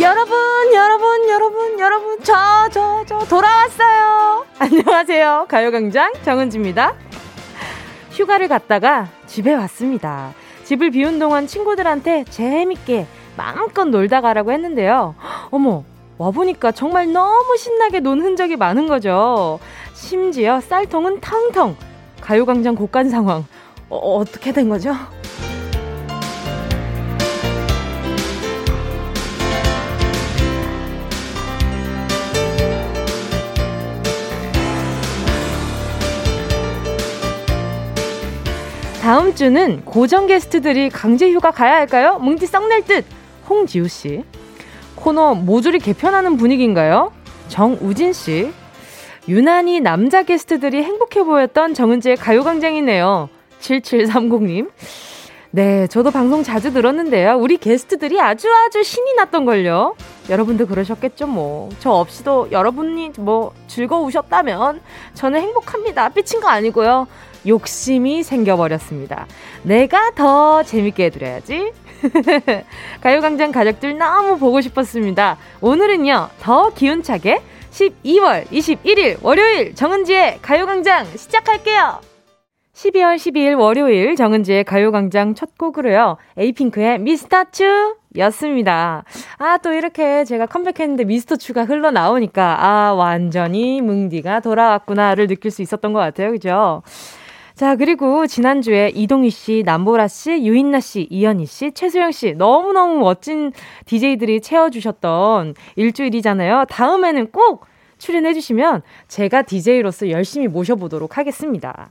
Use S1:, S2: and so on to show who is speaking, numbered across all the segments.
S1: 여러분, 여러분, 여러분, 여러분, 저, 저, 저, 돌아왔어요. 안녕하세요. 가요광장 정은지입니다. 휴가를 갔다가 집에 왔습니다. 집을 비운 동안 친구들한테 재밌게 마음껏 놀다 가라고 했는데요. 어머, 와보니까 정말 너무 신나게 논 흔적이 많은 거죠. 심지어 쌀통은 탕텅. 가요광장 곡간 상황. 어, 어떻게 된 거죠? 다음 주는 고정 게스트들이 강제 휴가 가야 할까요? 뭉디 썩낼 듯! 홍지우 씨. 코너 모조리 개편하는 분위기인가요? 정우진 씨. 유난히 남자 게스트들이 행복해 보였던 정은지의 가요광장이네요. 7730님. 네, 저도 방송 자주 들었는데요. 우리 게스트들이 아주 아주 신이 났던걸요. 여러분도 그러셨겠죠, 뭐. 저 없이도 여러분이 뭐 즐거우셨다면 저는 행복합니다. 삐친 거 아니고요. 욕심이 생겨버렸습니다. 내가 더 재밌게 해드려야지. 가요광장 가족들 너무 보고 싶었습니다. 오늘은요, 더 기운차게 12월 21일 월요일 정은지의 가요광장 시작할게요. 12월 12일 월요일 정은지의 가요광장 첫 곡으로요. 에이핑크의 미스터츄 였습니다. 아, 또 이렇게 제가 컴백했는데 미스터츄가 흘러나오니까, 아, 완전히 뭉디가 돌아왔구나를 느낄 수 있었던 것 같아요. 그죠? 자, 그리고 지난주에 이동희 씨, 남보라 씨, 유인나 씨, 이현희 씨, 최수영 씨, 너무너무 멋진 DJ들이 채워주셨던 일주일이잖아요. 다음에는 꼭 출연해주시면 제가 DJ로서 열심히 모셔보도록 하겠습니다.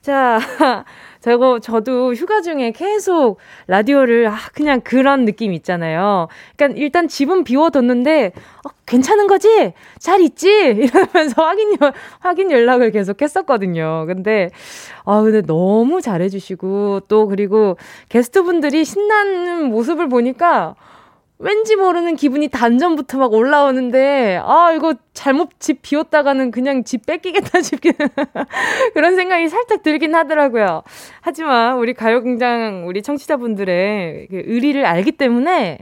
S1: 자, 저거 저도 휴가 중에 계속 라디오를 아 그냥 그런 느낌 있잖아요. 그러니까 일단 집은 비워뒀는데 어, 괜찮은 거지? 잘 있지? 이러면서 확인 연- 확인 연락을 계속 했었거든요. 근데 아 근데 너무 잘해주시고 또 그리고 게스트분들이 신나는 모습을 보니까 왠지 모르는 기분이 단전부터 막 올라오는데, 아, 이거 잘못 집 비웠다가는 그냥 집 뺏기겠다 싶긴, 그런 생각이 살짝 들긴 하더라고요. 하지만 우리 가요공장, 우리 청취자분들의 그 의리를 알기 때문에,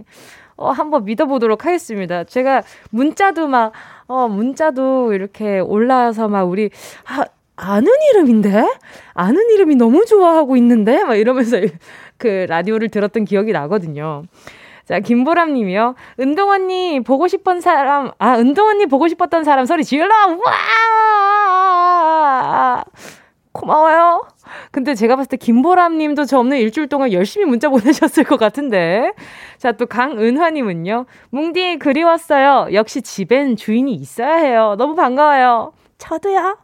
S1: 어, 한번 믿어보도록 하겠습니다. 제가 문자도 막, 어, 문자도 이렇게 올라와서 막 우리, 아, 아는 이름인데? 아는 이름이 너무 좋아하고 있는데? 막 이러면서 그 라디오를 들었던 기억이 나거든요. 자, 김보람 님이요. 은동 언니 보고 싶은 사람, 아, 은동 언니 보고 싶었던 사람 소리 질러! 와! 고마워요. 근데 제가 봤을 때 김보람 님도 저 없는 일주일 동안 열심히 문자 보내셨을 것 같은데. 자, 또 강은화 님은요. 뭉디 그리웠어요. 역시 집엔 주인이 있어야 해요. 너무 반가워요. 저도요.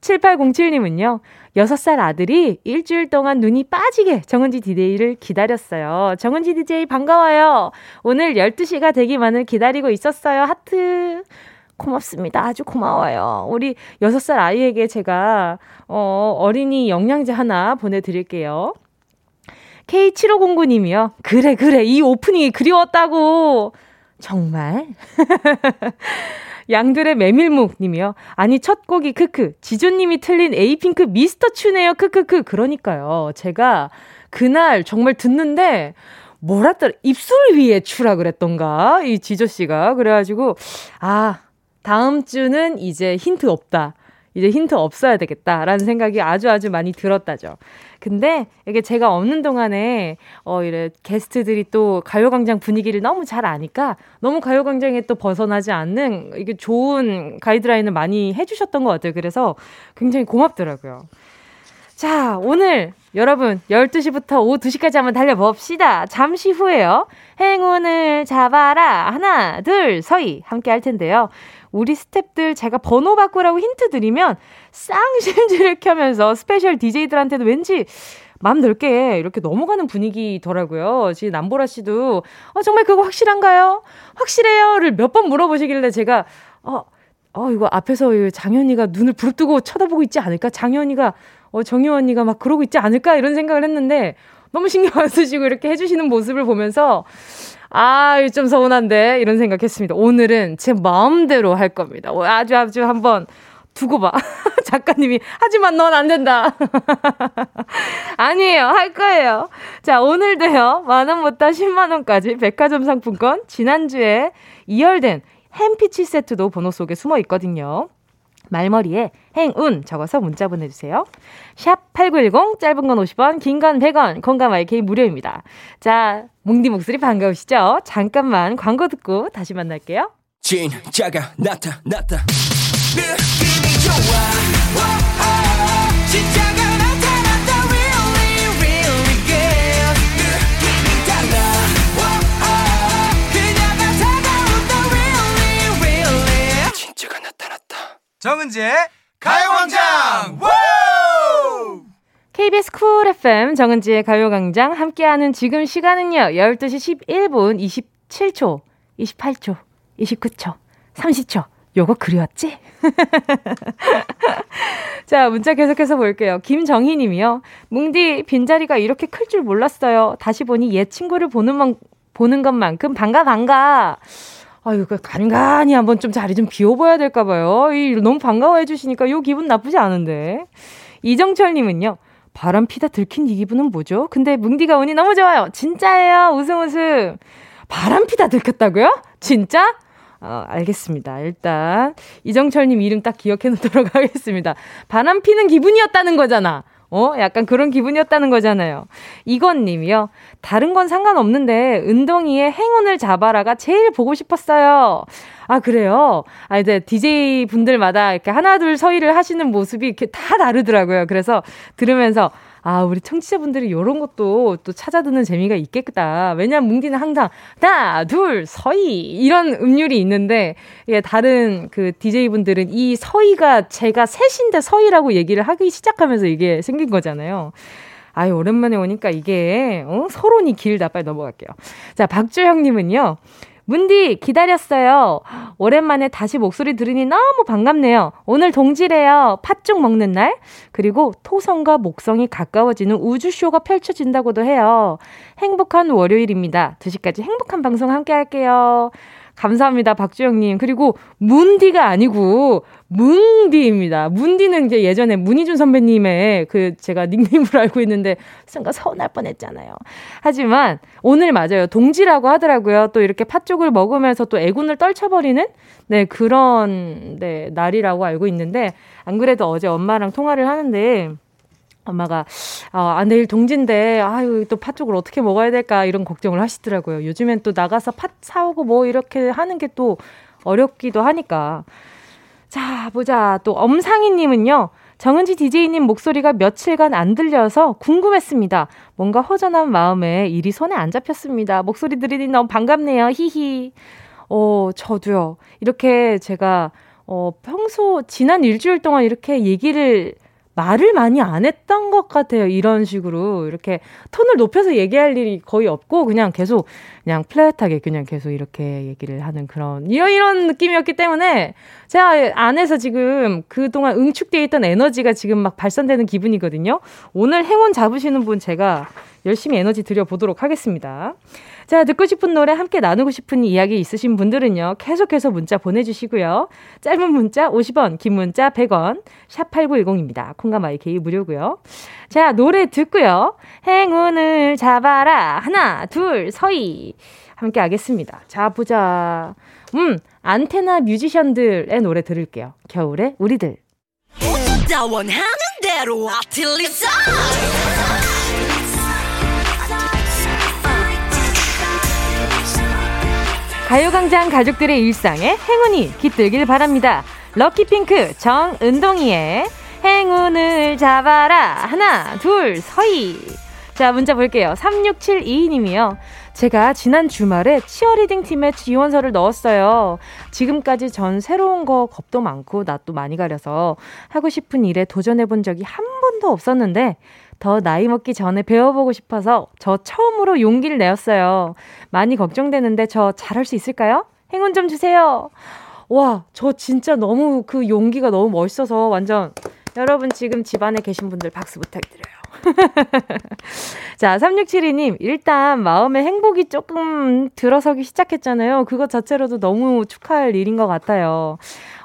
S1: 7807님은요. 6살 아들이 일주일 동안 눈이 빠지게 정은지 DJ를 기다렸어요. 정은지 DJ 반가워요. 오늘 12시가 되기만을 기다리고 있었어요. 하트. 고맙습니다. 아주 고마워요. 우리 6살 아이에게 제가 어, 어린이 영양제 하나 보내드릴게요. K7509님이요. 그래, 그래. 이 오프닝이 그리웠다고. 정말? 양들의 메밀묵 님이요. 아니 첫 곡이 크크. 지조 님이 틀린 에이핑크 미스터 츄네요. 크크크. 그러니까요. 제가 그날 정말 듣는데 뭐라더라 입술 위에 추라 그랬던가 이 지조 씨가 그래가지고 아 다음 주는 이제 힌트 없다. 이제 힌트 없어야 되겠다라는 생각이 아주 아주 많이 들었다죠. 근데 이게 제가 없는 동안에 어 이래 게스트들이 또 가요광장 분위기를 너무 잘 아니까 너무 가요광장에 또 벗어나지 않는 이게 좋은 가이드라인을 많이 해주셨던 것 같아요. 그래서 굉장히 고맙더라고요. 자, 오늘 여러분 12시부터 오후 2시까지 한번 달려봅시다. 잠시 후에요. 행운을 잡아라. 하나, 둘, 서희 함께 할 텐데요. 우리 스탭들 제가 번호 바꾸라고 힌트 드리면 쌍심지를 켜면서 스페셜 DJ들한테도 왠지 맘 넓게 이렇게 넘어가는 분위기더라고요. 지금 남보라 씨도 어, 정말 그거 확실한가요? 확실해요를 몇 번 물어보시길래 제가 어, 어 이거 앞에서 이 장현이가 눈을 부릅뜨고 쳐다보고 있지 않을까? 장현이가 어 정유 언니가 막 그러고 있지 않을까 이런 생각을 했는데 너무 신경 안 쓰시고 이렇게 해주시는 모습을 보면서 아, 이거 좀 서운한데 이런 생각했습니다. 오늘은 제 마음대로 할 겁니다. 아주 아주 한번 두고 봐. 작가님이 하지만 넌 안 된다. 아니에요. 할 거예요. 자, 오늘도요. 만 원부터 10만 원까지 백화점 상품권 지난주에 이열된 햄피치 세트도 번호 속에 숨어 있거든요. 말머리에 행운 적어서 문자 보내주세요. 샵 8910 짧은 건 50원 긴 건 100원 공감 IK 무료입니다. 자 뭉디 목소리 반가우시죠? 잠깐만 광고 듣고 다시 만날게요.
S2: 진짜가 나타났다 느낌이 좋아 워, 워. 진짜가 나타났다 really really good 느낌이 달라 워, 워. 그녀가 다가온다 really really 진짜가 나타났다
S3: 정은지의 가요광장
S1: KBS 쿨 FM 정은지의 가요광장 함께하는 지금 시간은요 12시 11분 27초 28초 29초 30초 요거 그리웠지? 자, 문자 계속해서 볼게요. 김정희 님이요. 뭉디, 빈자리가 이렇게 클 줄 몰랐어요. 다시 보니 옛 친구를 보는, 만, 보는 것만큼 반가, 반가. 아유, 그, 간간히 한번 좀 자리 좀 비워봐야 될까봐요. 이, 너무 반가워해 주시니까 요 기분 나쁘지 않은데. 이정철 님은요. 바람 피다 들킨 이 기분은 뭐죠? 근데 뭉디가 오니 너무 좋아요. 진짜예요. 웃음 웃음. 바람 피다 들켰다고요? 진짜? 어, 알겠습니다. 일단 이정철님 이름 딱 기억해 놓도록 하겠습니다. 바람 피는 기분이었다는 거잖아. 어, 약간 그런 기분이었다는 거잖아요. 이건님이요. 다른 건 상관없는데 은동이의 행운을 잡아라가 제일 보고 싶었어요. 아 그래요? 아 이제 DJ 분들마다 이렇게 하나 둘 서의를 하시는 모습이 이렇게 다 다르더라고요. 그래서 들으면서 아, 우리 청취자분들이 요런 것도 또 찾아듣는 재미가 있겠다. 왜냐면 뭉디는 항상, 하나, 둘, 서희! 이런 음률이 있는데, 예, 다른 그 DJ분들은 이 서희가 제가 셋인데 서희라고 얘기를 하기 시작하면서 이게 생긴 거잖아요. 아유, 오랜만에 오니까 이게, 어? 서론이 길다. 빨리 넘어갈게요. 자, 박주형님은요. 문디 기다렸어요. 오랜만에 다시 목소리 들으니 너무 반갑네요. 오늘 동지래요. 팥죽 먹는 날. 그리고 토성과 목성이 가까워지는 우주쇼가 펼쳐진다고도 해요. 행복한 월요일입니다. 2시까지 행복한 방송 함께 할게요. 감사합니다, 박주영님. 그리고 문디가 아니고 문디입니다. 문디는 이제 예전에 문희준 선배님의 그 제가 닉네임으로 알고 있는데 순간 서운할 뻔했잖아요. 하지만 오늘 맞아요. 동지라고 하더라고요. 또 이렇게 팥죽을 먹으면서 또 애군을 떨쳐버리는 네 그런 네 날이라고 알고 있는데 안 그래도 어제 엄마랑 통화를 하는데. 엄마가 어, 아 내일 동진데 아유 또 팥죽을 어떻게 먹어야 될까 이런 걱정을 하시더라고요. 요즘엔 또 나가서 팥 사오고 뭐 이렇게 하는 게 또 어렵기도 하니까. 자 보자 또 엄상희님은요. 정은지 DJ님 목소리가 며칠간 안 들려서 궁금했습니다. 뭔가 허전한 마음에 일이 손에 안 잡혔습니다. 목소리 들으니 너무 반갑네요. 히히. 어, 저도요. 이렇게 제가 어, 평소 지난 일주일 동안 이렇게 얘기를 말을 많이 안 했던 것 같아요. 이런 식으로 이렇게 톤을 높여서 얘기할 일이 거의 없고 그냥 계속 그냥 플랫하게 그냥 계속 이렇게 얘기를 하는 그런 이런 이런 느낌이었기 때문에 제가 안에서 지금 그동안 응축되어 있던 에너지가 지금 막 발산되는 기분이거든요. 오늘 행운 잡으시는 분 제가 열심히 에너지 드려보도록 하겠습니다. 자, 듣고 싶은 노래 함께 나누고 싶은 이야기 있으신 분들은요. 계속해서 문자 보내주시고요. 짧은 문자 50원, 긴 문자 100원, 샵8910입니다. 콩감 IK 무료고요. 자, 노래 듣고요. 행운을 잡아라. 하나, 둘, 서희. 함께 하겠습니다. 자, 보자. 음, 안테나 뮤지션들의 노래 들을게요. 겨울에 우리들.
S2: 나 원하는 대로 아틀리사
S1: 가요광장 가족들의 일상에 행운이 깃들길 바랍니다. 럭키핑크 정은동이의 행운을 잡아라. 하나, 둘, 서희. 자, 문자 볼게요. 3672님이요. 제가 지난 주말에 치어리딩 팀에 지원서를 넣었어요. 지금까지 전 새로운 거 겁도 많고 낯도 많이 가려서 하고 싶은 일에 도전해 본 적이 한 번도 없었는데 더 나이 먹기 전에 배워보고 싶어서 저 처음으로 용기를 내었어요. 많이 걱정되는데 저 잘할 수 있을까요? 행운 좀 주세요. 와, 저 진짜 너무 그 용기가 너무 멋있어서 완전 여러분 지금 집안에 계신 분들 박수 부탁드려요. 자, 3672님, 일단 마음의 행복이 조금 들어서기 시작했잖아요. 그것 자체로도 너무 축하할 일인 것 같아요.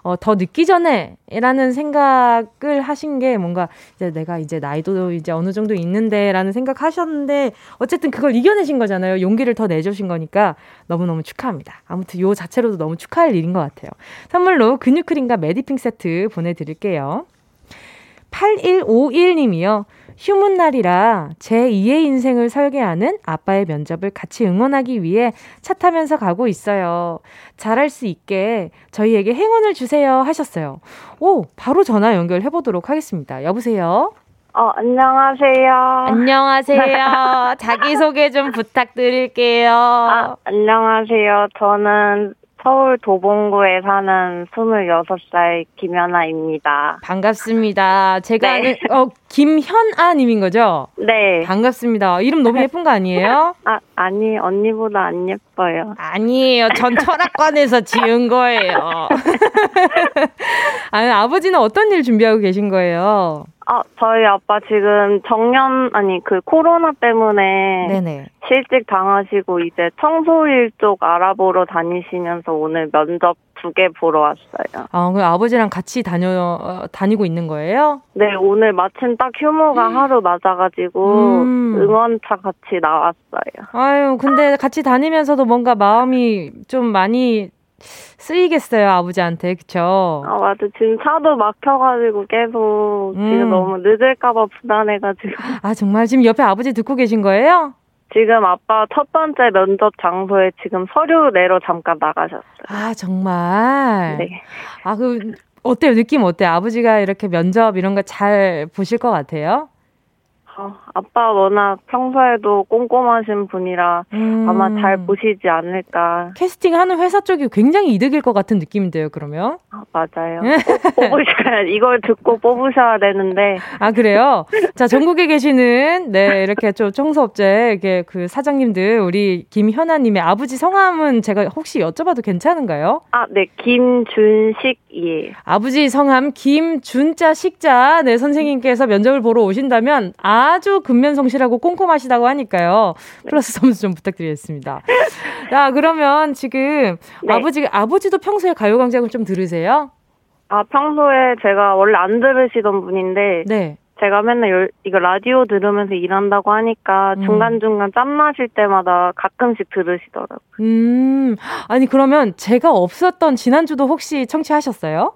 S1: 어, 더 늦기 전에라는 생각을 하신 게 뭔가 이제 내가 이제 나이도 이제 어느 정도 있는데라는 생각하셨는데 어쨌든 그걸 이겨내신 거잖아요. 용기를 더 내주신 거니까 너무너무 축하합니다. 아무튼 요 자체로도 너무 축하할 일인 것 같아요. 선물로 근육 크림과 메디핑 세트 보내드릴게요. 8151님이요. 휴문 날이라 제 2의 인생을 설계하는 아빠의 면접을 같이 응원하기 위해 차 타면서 가고 있어요. 잘할 수 있게 저희에게 행운을 주세요 하셨어요. 오, 바로 전화 연결해 보도록 하겠습니다. 여보세요.
S4: 어, 안녕하세요.
S1: 안녕하세요. 자기 소개 좀 부탁드릴게요.
S4: 아, 안녕하세요. 저는 서울 도봉구에 사는 26살 김연아입니다.
S1: 반갑습니다. 제가
S4: 네.
S1: 아는 어 김현아 님인 거죠? 아.
S4: 네.
S1: 반갑습니다. 이름 너무 예쁜 거 아니에요?
S4: 아, 아니, 언니보다 안 예뻐요.
S1: 아니에요. 전 철학관에서 지은 거예요. 아니, 아버지는 어떤 일 준비하고 계신 거예요?
S4: 아, 저희 아빠 지금 정년, 아니, 그 코로나 때문에
S1: 네네.
S4: 실직 당하시고 이제 청소일 쪽 알아보러 다니시면서 오늘 면접 두 개 보러 왔어요.
S1: 아, 그 아버지랑 같이 다녀 어, 다니고 있는 거예요?
S4: 네, 오늘 마침 딱 휴무가 하루 맞아가지고
S1: 음.
S4: 응원차 같이 나왔어요.
S1: 아유, 근데 같이 다니면서도 뭔가 마음이 좀 많이 쓰이겠어요, 아버지한테. 그쵸?
S4: 아, 맞아. 지금 차도 막혀가지고 계속
S1: 음.
S4: 지금 너무 늦을까봐 불안해가지고.
S1: 아, 정말 지금 옆에 아버지 듣고 계신 거예요?
S4: 지금 아빠 첫 번째 면접 장소에 지금 서류 내러 잠깐 나가셨어요.
S1: 아, 정말.
S4: 네.
S1: 아, 그 어때요? 느낌 어때요? 아버지가 이렇게 면접 이런 거 잘 보실 것 같아요?
S4: 어, 아빠 워낙 평소에도 꼼꼼하신 분이라
S1: 음.
S4: 아마 잘 보시지 않을까.
S1: 캐스팅하는 회사 쪽이 굉장히 이득일 것 같은 느낌인데요, 그러면?
S4: 아, 맞아요.
S1: 네.
S4: 꼭 뽑으셔야, 이걸 듣고 뽑으셔야 되는데.
S1: 아, 그래요? 자, 전국에 계시는, 네, 이렇게 좀 청소업체, 이렇게 그 사장님들, 우리 김현아님의 아버지 성함은 제가 혹시 여쭤봐도 괜찮은가요?
S4: 아, 네. 김준식이에요.
S1: 아버지 성함 김준자 식자, 네, 선생님께서 면접을 보러 오신다면 아주 근면성실하고 꼼꼼하시다고 하니까요. 플러스 점수 좀 부탁드리겠습니다. 자, 그러면 지금
S4: 네.
S1: 아버지, 아버지도 평소에 가요광장을 좀 들으세요?
S4: 아, 평소에 제가 원래 안 들으시던 분인데.
S1: 네.
S4: 제가 맨날 열- 이거 라디오 들으면서 일한다고 하니까
S1: 음.
S4: 중간중간 짬나실 때마다 가끔씩 들으시더라고요.
S1: 음, 아니, 그러면 제가 없었던 지난주도 혹시 청취하셨어요?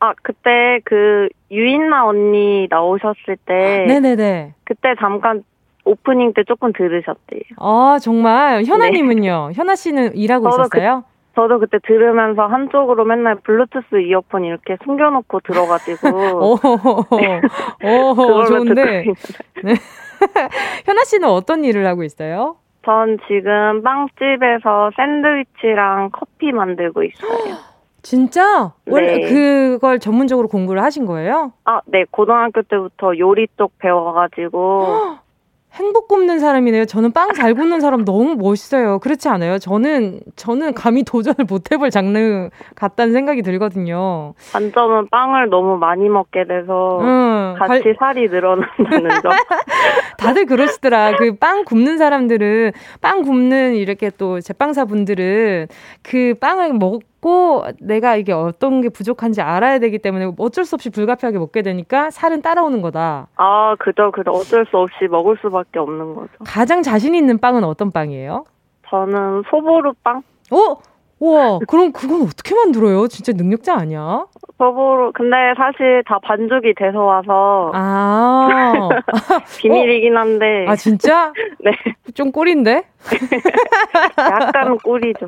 S4: 아, 그때 그 유인나 언니 나오셨을 때
S1: 아, 네네네.
S4: 그때 잠깐 오프닝 때 조금 들으셨대요.
S1: 아,
S4: 네.
S1: 정말. 현아님은요? 현아 씨는 일하고
S4: 저도
S1: 있었어요?
S4: 저도 그때 들으면서 한쪽으로 맨날 블루투스 이어폰 이렇게 숨겨놓고 들어가지고
S1: 오, 오,
S4: 네. 그걸로 그
S1: 좋은데.
S4: 듣고 있어요.
S1: 현아 씨는 어떤 일을 하고 있어요?
S4: 전 지금 빵집에서 샌드위치랑 커피 만들고 있어요.
S1: 진짜? 원래
S4: 네.
S1: 그걸 전문적으로 공부를 하신 거예요?
S4: 아, 네 고등학교 때부터 요리 쪽 배워가지고
S1: 행복 굽는 사람이네요. 저는 빵 잘 굽는 사람 너무 멋있어요. 그렇지 않아요? 저는 저는 감히 도전을 못 해볼 장르 같다는 생각이 들거든요.
S4: 단점은 빵을 너무 많이 먹게 돼서
S1: 응,
S4: 어, 같이
S1: 음, 발-
S4: 살이 늘어난다는 점.
S1: 다들 그러시더라. 그 빵 굽는 사람들은 빵 굽는 이렇게 또 제빵사 분들은 그 빵을 먹고 내가 이게 어떤 게 부족한지 알아야 되기 때문에 어쩔 수 없이 불가피하게 먹게 되니까 살은 따라오는 거다.
S4: 아, 그죠, 그죠. 어쩔 수 없이 먹을 수밖에 없는 거죠.
S1: 가장 자신 있는 빵은 어떤 빵이에요?
S4: 저는 소보루빵?
S1: 어? 우와, 그럼 그건 어떻게 만들어요? 진짜 능력자 아니야?
S4: 소보루, 근데 사실 다 반죽이 돼서 와서
S1: 어? 아,
S4: 비밀이긴 한데,
S1: 아 진짜?
S4: 네.
S1: 좀 꼴인데?
S4: 약간 꿀이죠.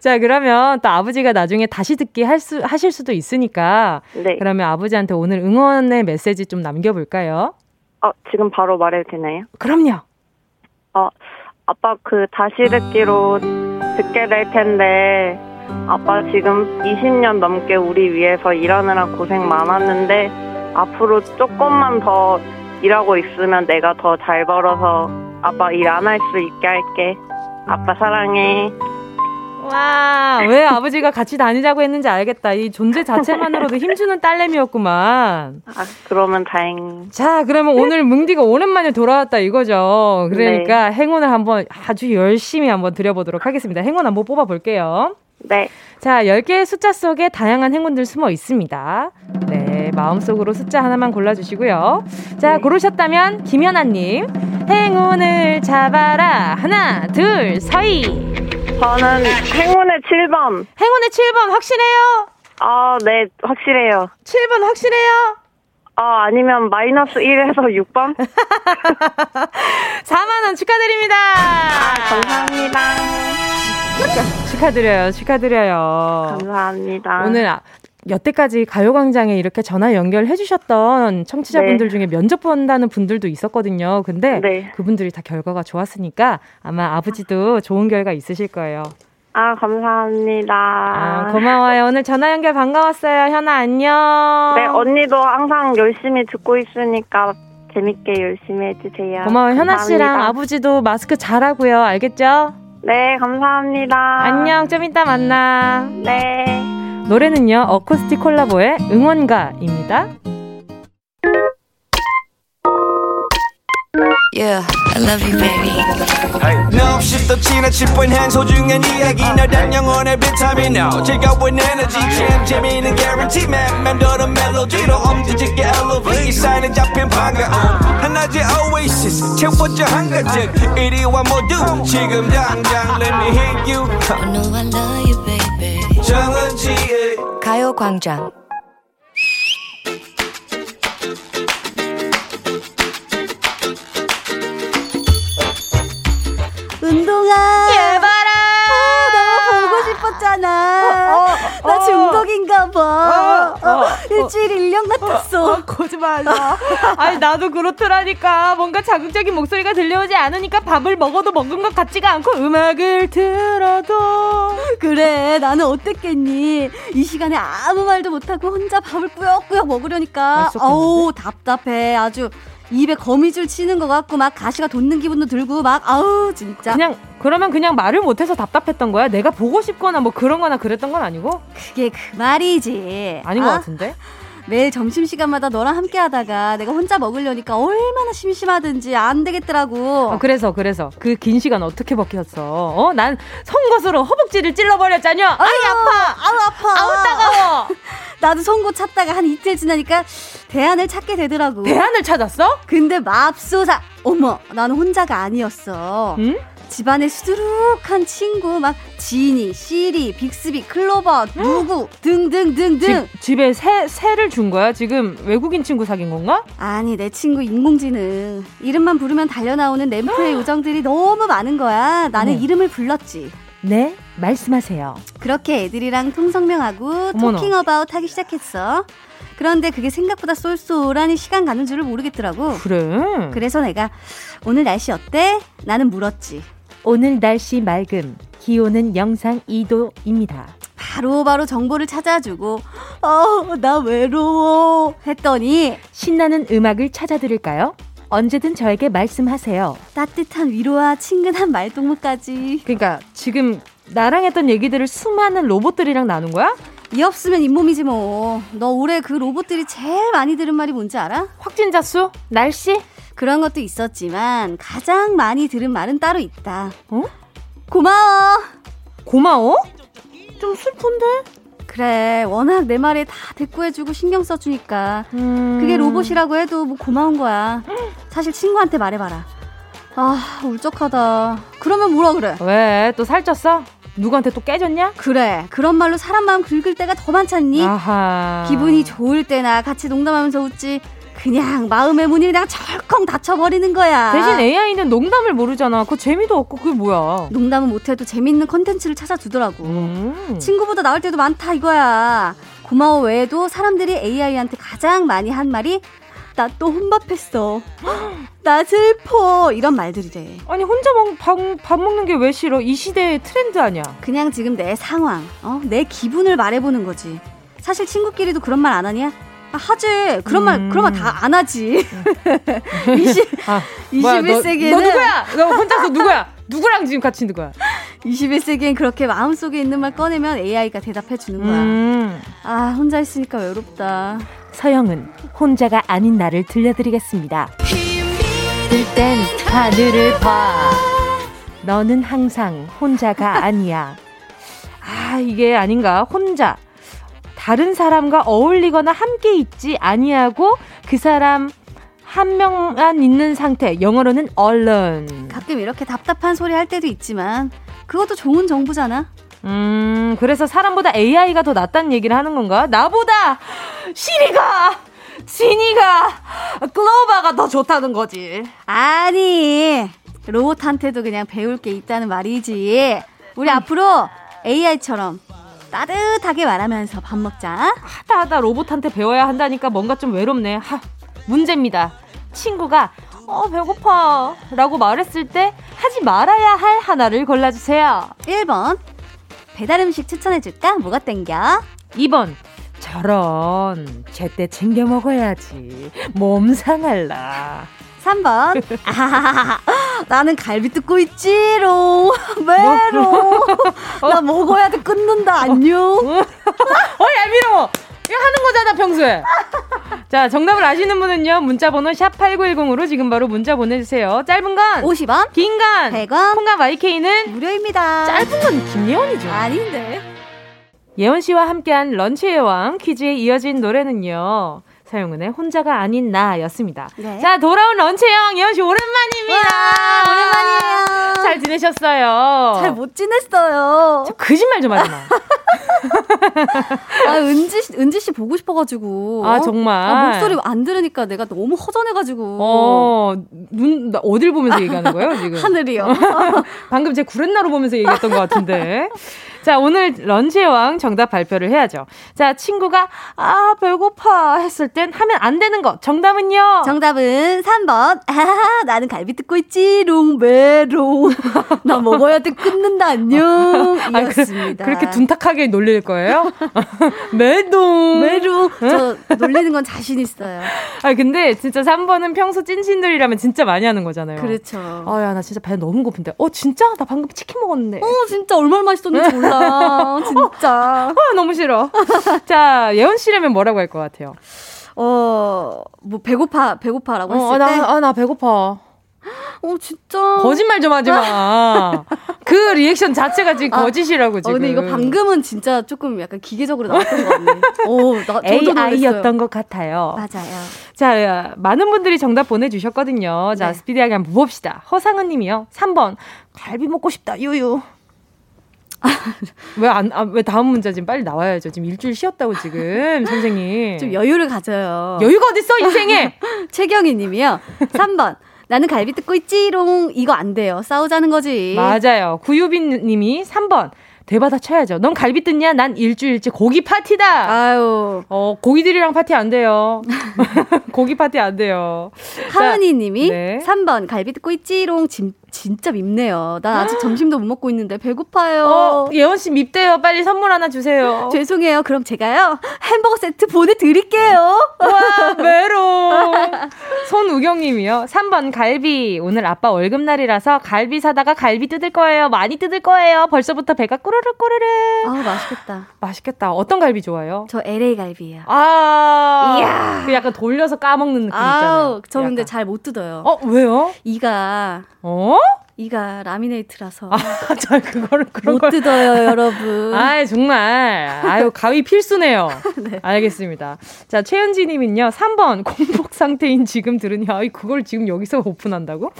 S1: 자, 그러면 또 아버지가 나중에 다시 듣기 할 수, 하실 수도 있으니까
S4: 네.
S1: 그러면 아버지한테 오늘 응원의 메시지 좀 남겨볼까요?
S4: 어, 지금 바로 말해도 되나요?
S1: 그럼요.
S4: 아빠 그 다시 듣기로
S1: 음.
S4: 듣게 될 텐데, 아빠 지금 20년 넘게 우리 위해서 일하느라 고생 많았는데, 앞으로 조금만 더 일하고 있으면 내가 더 잘 벌어서 아빠 일 안 할 수 있게 할게. 아빠 사랑해.
S1: 와, 왜 아버지가 같이 다니자고 했는지 알겠다. 이 존재 자체만으로도 힘주는 딸내미였구만.
S4: 아, 그러면 다행.
S1: 자, 그러면 오늘 뭉디가 오랜만에 돌아왔다 이거죠. 그러니까 행운을 한번 아주 열심히 한번 드려보도록 하겠습니다. 행운 한번 뽑아볼게요.
S4: 네.
S1: 자, 10개의 숫자 속에 다양한 행운들 숨어 있습니다. 네, 마음속으로 숫자 하나만 골라주시고요. 자,
S4: 네.
S1: 고르셨다면 김연아님, 행운을 잡아라. 하나, 둘, 서이.
S4: 저는 행운의 7번.
S1: 행운의 7번 확실해요?
S4: 아, 네, 확실해요.
S1: 7번 확실해요?
S4: 아, 아니면 마이너스 1에서 6번?
S1: 4만원 축하드립니다.
S4: 아. 감사합니다.
S1: 축하드려요, 축하드려요.
S4: 감사합니다.
S1: 오늘 아- 여태까지 가요광장에 이렇게 전화 연결해주셨던 청취자분들 중에 면접 본다는 분들도 있었거든요. 근데
S4: 네.
S1: 그분들이 다 결과가 좋았으니까 아마 아버지도 좋은 결과 있으실 거예요.
S4: 아, 감사합니다.
S1: 아, 고마워요. 오늘 전화 연결 반가웠어요. 현아 안녕.
S4: 네, 언니도 항상 열심히 듣고 있으니까 재밌게 열심히 해주세요.
S1: 고마워요. 현아 씨랑
S4: 감사합니다.
S1: 아버지도 마스크 잘하고요. 알겠죠?
S4: 네, 감사합니다.
S1: 안녕. 좀 이따 만나.
S4: 네.
S1: 노래는요. 어쿠스틱 콜라보의 응원가입니다.
S2: Yeah, I love you, baby.
S3: 너 없이 또 지나칠 뻔한 소중한 이야기 널 단 영혼의 비타민 O 즐거운 에너지 참 재미있는 guarantee 맘 맴도는 멜로디로 엄지짓게 elevate 사인에 잡힌 반가움 한낮의 oasis 채워져 한가득 이리와 모두 지금 당장 let me hit you
S2: I know I love you, baby.
S3: 정은지의
S2: 가요광장.
S5: 운동아
S1: 예바라.
S5: 너무 보고 싶었잖아 나 중독인가 봐
S1: 어, 어,
S5: 어,
S1: 어.
S5: 일주일 일 년 같았어
S1: 거짓말 하지 아니 나도 그렇더라니까 뭔가 자극적인 목소리가 들려오지 않으니까 밥을 먹어도 먹은 것 같지가 않고 음악을 들어도
S5: 그래 나는 어땠겠니 이 시간에 아무 말도 못하고 혼자 밥을 꾸역꾸역 먹으려니까
S1: 맛있었겠는데?
S5: 아우 답답해 아주 입에 거미줄 치는 것 같고 막 가시가 돋는 기분도 들고 막 아우 진짜
S1: 그냥 그러면 그냥 말을 못해서 답답했던 거야? 내가 보고 싶거나 뭐 그런 거나 그랬던 건 아니고?
S5: 그게 그 말이지
S1: 아닌 것
S5: 아,
S1: 같은데?
S5: 매일 점심시간마다 너랑 함께 하다가 내가 혼자 먹으려니까 얼마나 심심하든지 안 되겠더라고
S1: 어, 그래서 그래서 그 긴 시간 어떻게 버텼어? 어? 난 송곳으로 허벅지를 찔러버렸잖여 아이 아파
S5: 아우 아파
S1: 어. 아우 따가워
S5: 나도 송곳 찾다가 한 이틀 지나니까 대안을 찾게 되더라고
S1: 대안을 찾았어?
S5: 근데 맙소사 어머 나는 혼자가 아니었어
S1: 응?
S5: 집안에 수두룩한 친구 막 지니, 시리, 빅스비, 클로버, 누구 등등등등
S1: 집, 집에 새, 새를 준 거야? 지금 외국인 친구 사귄 건가?
S5: 아니 내 친구 인공지능 이름만 부르면 달려나오는 램프의 요정들이 너무 많은 거야 나는
S1: 어머.
S5: 이름을 불렀지
S1: 네 말씀하세요
S5: 그렇게 애들이랑 통성명하고
S1: 어머나.
S5: 토킹 어바웃 하기 시작했어 그런데 그게 생각보다 쏠쏠하니 시간 가는 줄을 모르겠더라고
S1: 그래
S5: 그래서 내가 오늘 날씨 어때? 나는 물었지
S1: 오늘 날씨 맑음, 기온은 영상 2도입니다.
S5: 바로바로 정보를 찾아주고 어나 외로워 했더니
S1: 신나는 음악을 찾아 들을까요? 언제든 저에게 말씀하세요.
S5: 따뜻한 위로와 친근한 말동무까지
S1: 그러니까 지금 나랑 했던 얘기들을 수많은 로봇들이랑 나눈 거야?
S5: 이 없으면 잇몸이지 뭐너 올해 그 로봇들이 제일 많이 들은 말이 뭔지 알아?
S1: 확진자 수? 날씨?
S5: 그런 것도 있었지만 가장 많이 들은 말은 따로 있다
S1: 어?
S5: 고마워
S1: 고마워? 좀 슬픈데?
S5: 그래 워낙 내 말에 다 대꾸해주고 신경 써주니까
S1: 음.
S5: 그게 로봇이라고 해도 뭐 고마운 거야 사실 친구한테 말해봐라 아 울적하다 그러면 뭐라 그래
S1: 왜? 또 살쪘어? 누구한테 또 깨졌냐?
S5: 그래 그런 말로 사람 마음 긁을 때가 더 많잖니
S1: 아하.
S5: 기분이 좋을 때나 같이 농담하면서 웃지 그냥 마음의 문이 그냥 철컹 닫혀버리는 거야
S1: 대신 AI는 농담을 모르잖아. 그거 재미도 없고 그게 뭐야?
S5: 농담은 못해도 재밌는 컨텐츠를 찾아주더라고
S1: 음.
S5: 친구보다 나을 때도 많다 이거야 고마워 외에도 사람들이 AI한테 가장 많이 한 말이 나 또 혼밥했어 나 슬퍼 이런 말들이래
S1: 아니 혼자 먹, 밥, 밥 먹는 게 왜 싫어? 이 시대의 트렌드 아니야?
S5: 그냥 지금 내 상황, 어? 내 기분을 말해보는 거지. 사실 친구끼리도 그런 말 안 하냐? 아, 하지. 그런 말,
S1: 음.
S5: 그런 말 다 안 하지. 20,
S1: 아, 뭐야, 너-
S5: 21세기에는,
S1: 너 누구야? 너 혼자서 누구야? 누구랑 지금 같이 있는 거야?
S5: 21세기엔 그렇게 마음속에 있는 말 꺼내면 AI가 대답해주는 거야.
S1: 음.
S5: 아, 혼자 있으니까 외롭다.
S1: 서영은 혼자가 아닌 나를 들려드리겠습니다. 뜰 땐 하늘을 봐. 너는 항상 혼자가 아니야. 아, 이게 아닌가. 혼자. 다른 사람과 어울리거나 함께 있지 아니하고 그 사람 한 명만 있는 상태. 영어로는 alone.
S5: 가끔 이렇게 답답한 소리 할 때도 있지만 그것도 좋은 정보잖아.
S1: 음, 그래서 사람보다 AI가 더 낫다는 얘기를 하는 건가? 나보다 시리가, 진이가, 글로바가 더 좋다는 거지.
S5: 아니 로봇한테도 그냥 배울 게 있다는 말이지. 우리 앞으로 AI처럼 따뜻하게 말하면서 밥 먹자.
S1: 하다 하다 로봇한테 배워야 한다니까 뭔가 좀 외롭네. 하, 문제입니다. 친구가 어 배고파 라고 말했을 때 하지 말아야 할 하나를 골라주세요.
S5: 1번 배달 음식 추천해줄까? 뭐가 땡겨?
S1: 2번 저런 제때 챙겨 먹어야지 몸 상할라.
S5: 3번 아, 나는 갈비 뜯고 있지롱 왜롱 나 먹어야 돼 끊는다 안녕
S1: 어 얄미워 이거 하는 거잖아 평소에 자 정답을 아시는 분은요 문자번호 샵8910으로 지금 바로 문자 보내주세요 짧은 건
S5: 50원
S1: 긴건
S5: 100원
S1: 콩과 YK는
S5: 무료입니다
S1: 짧은 건 김예원이죠
S5: 아닌데
S1: 예원 씨와 함께한 런치의 왕 퀴즈에 이어진 노래는요 서영은의 혼자가 아닌 나였습니다
S5: 네.
S1: 자 돌아온 런치의 왕 예원 씨 오랜만입니다
S5: 와, 아, 오랜만이에요.
S1: 잘 지내셨어요
S5: 잘 뭐- 못 지냈어요
S1: 저 거짓말 좀 하지 마
S5: 아 은지 씨, 은지 씨 보고 싶어가지고
S1: 아, 정말?
S5: 아, 목소리 안 들으니까 내가 너무 허전해가지고
S1: 어, 눈, 나 어딜 보면서 얘기하는 거예요, 지금?
S5: 하늘이요
S1: 방금 제 구렛나루 보면서 얘기했던 것 같은데. 자, 오늘 런치의 왕 정답 발표를 해야죠. 자, 친구가, 아, 배고파 했을 땐 하면 안 되는 거. 정답은요?
S5: 정답은 3번. 아, 나는 갈비 뜯고 있지. 롱베롱. 나 먹어야 돼. 끊는다. 안녕.
S1: 아니, 그,
S5: 이었습니다.
S1: 그렇게 둔탁하게 놀릴 거예요? 매동.
S5: 메롱. 저 놀리는 건 자신 있어요.
S1: 아 근데 진짜 3번은 평소 찐친들이라면 진짜 많이 하는 거잖아요.
S5: 그렇죠. 어,
S1: 아, 야, 나 진짜 배 너무 고픈데. 어, 진짜? 나 방금 치킨 먹었는데.
S5: 진짜 얼마나 맛있었는지 몰라. 네. 진짜.
S1: 아, 너무 싫어. 자, 예원 씨라면 뭐라고 할 것 같아요?
S5: 어, 뭐 배고파 배고파라고 했을
S1: 어, 나,
S5: 때.
S1: 아, 나 배고파.
S5: 어, 진짜.
S1: 거짓말 좀 하지 마. 그 리액션 자체가 지금
S5: 아,
S1: 거짓이라고
S5: 어,
S1: 그 지금.
S5: 근데 이거 방금은 진짜 조금 약간 기계적으로 나왔던 것 같네. 오, 나 저도 놀랐어요.
S1: AI였던 것 같아요.
S5: 맞아요.
S1: 자, 많은 분들이 정답 보내주셨거든요. 자,
S5: 네.
S1: 스피디하게 한번 봅시다. 허상은 님이요. 3번. 갈비 먹고 싶다, 유유.
S5: 아.
S1: 왜 안, 아, 왜 다음 문제 지금 빨리 나와야죠. 지금 일주일 쉬었다고 지금, 선생님.
S5: 좀 여유를 가져요.
S1: 여유가 어딨어, 인생에!
S5: 최경희 님이요. 3번. 나는 갈비 뜯고 있지롱. 이거 안 돼요. 싸우자는 거지.
S1: 맞아요. 구유빈 님이 3번. 대바다 쳐야죠. 넌 갈비 뜯냐? 난 일주일째 고기 파티다!
S5: 아유.
S1: 어, 고기들이랑 파티 안 돼요. 고기 파티 안 돼요.
S5: 하은이 님이
S1: 네.
S5: 3번. 갈비 뜯고 있지롱. 진, 진짜 밉네요. 난 아직 점심도 못 먹고 있는데 배고파요.
S1: 어, 예원 씨 밉대요. 빨리 선물 하나 주세요.
S5: 죄송해요. 그럼 제가요. 햄버거 세트 보내드릴게요.
S1: 와, 메롱. 손우경 님이요. 3번 갈비. 오늘 아빠 월급날이라서 갈비 사다가 갈비 뜯을 거예요. 많이 뜯을 거예요. 벌써부터 배가 꼬르륵 꼬르륵.
S5: 아, 맛있겠다.
S1: 맛있겠다. 어떤 갈비 좋아요?
S5: 저 LA 갈비예요.
S1: 아.
S5: 이야.
S1: 그 약간 돌려서 까먹는 느낌 있잖아요.
S5: 아우, 저 근데
S1: 약간.
S5: 잘 못 뜯어요.
S1: 어, 왜요?
S5: 이가,
S1: 어?
S5: 이가 라미네이트라서.
S1: 아, 잘 그거를 그런
S5: 못
S1: 걸 아,
S5: 뜯어요, 여러분.
S1: 아이, 정말. 아유, 가위 필수네요. 알겠습니다. 자, 최은지 님은요, 3번, 공복 상태인 지금 들으니, 아이, 그걸 지금 여기서 오픈한다고?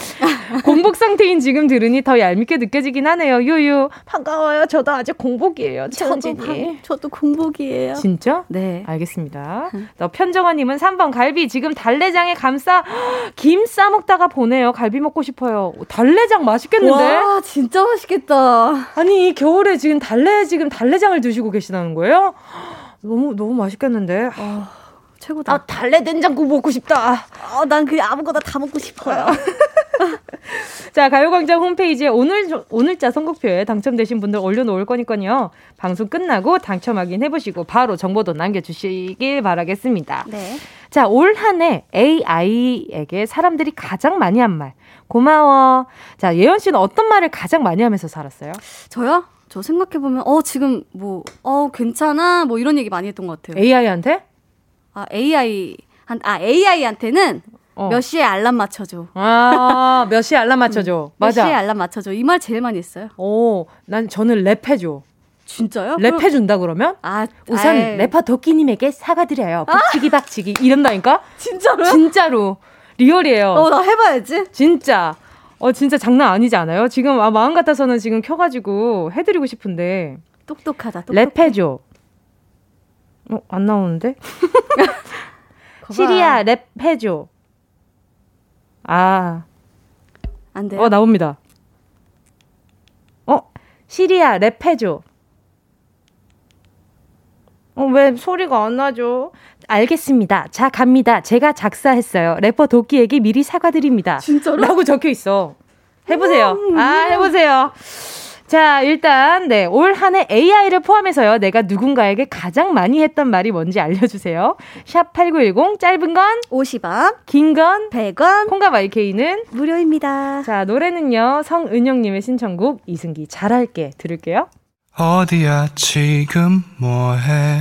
S1: 공복 상태인 지금 들으니 더 얄밉게 느껴지긴 하네요. 유유. 반가워요. 저도 아직 공복이에요.
S5: 저도,
S1: 최은진이.
S5: 방- 저도 공복이에요.
S1: 진짜? 아,
S5: 네.
S1: 알겠습니다. 또 편정아님은 3번 갈비 지금 달래장에 감싸 김 싸먹다가 보내요. 갈비 먹고 싶어요. 달래장 맛있겠는데?
S5: 와 진짜 맛있겠다.
S1: 아니 겨울에 지금 달래 지금 달래장을 드시고 계시다는 거예요? 너무 너무 맛있겠는데.
S5: 아, 최고다.
S1: 아 달래 된장국 먹고 싶다.
S5: 아, 난 그냥 아무거나 다 먹고 싶어요.
S1: 자 가요광장 홈페이지에 오늘 조- 오늘자 선곡표에 당첨되신 분들 올려놓을 거니까요. 방송 끝나고 당첨 확인해보시고 바로 정보도 남겨주시길 바라겠습니다.
S5: 네.
S1: 자, 올 한 해 AI에게 사람들이 가장 많이 한 말. 고마워. 자, 예원 씨는 어떤 말을 가장 많이 하면서 살았어요?
S5: 저요? 저 생각해보면, 어, 지금 뭐, 어, 괜찮아? 뭐 이런 얘기 많이 했던 것 같아요.
S1: AI한테?
S5: 아, AI. 한, 아, AI한테는
S1: 어.
S5: 몇 시에 알람 맞춰줘.
S1: 아, 몇 시에 알람 맞춰줘.
S5: 몇
S1: 맞아.
S5: 시에 알람 맞춰줘. 이 말 제일 많이 했어요.
S1: 오, 난 저는 랩해줘.
S5: 진짜요? 그럼-
S1: 랩해준다 그러면?
S5: 아
S1: 우선
S5: 아이, 아.
S1: 래퍼 도끼님에게 사과드려요. 박치기 박치기 이런다니까?
S5: 진짜로요?
S1: 진짜로 리얼이에요.
S5: 어 나 해봐야지.
S1: 진짜. 어 진짜 장난 아니지 않아요? 지금 아 마음 같아서는 지금 켜가지고 해드리고 싶은데
S5: 똑똑하다. 똑똑.
S1: 랩해줘. 어안 나오는데?
S5: 거봐.
S1: 시리아 랩해줘. 아,
S5: 안 돼.
S1: 어 나옵니다. 어 시리아 랩해줘. 어 왜 소리가 안 나죠? 알겠습니다. 자 갑니다. 제가 작사했어요. 래퍼 도끼에게 미리 사과드립니다.
S5: 진짜로? 음.
S1: 라고 적혀 있어. 해보세요. 아, 해보세요. 자, 일단, 네, 올 한 해 AI를 포함해서요, 내가 누군가에게 가장 많이 했던 말이 뭔지 알려주세요. 샵8910, 짧은 건,
S5: 50원,
S1: 긴 건,
S5: 100원
S1: 콩과 마이케이는.
S5: 무료입니다.
S1: 자, 노래는요, 성은영님의 신청곡, 이승기 잘할게 들을게요.
S6: 어디야 지금 뭐해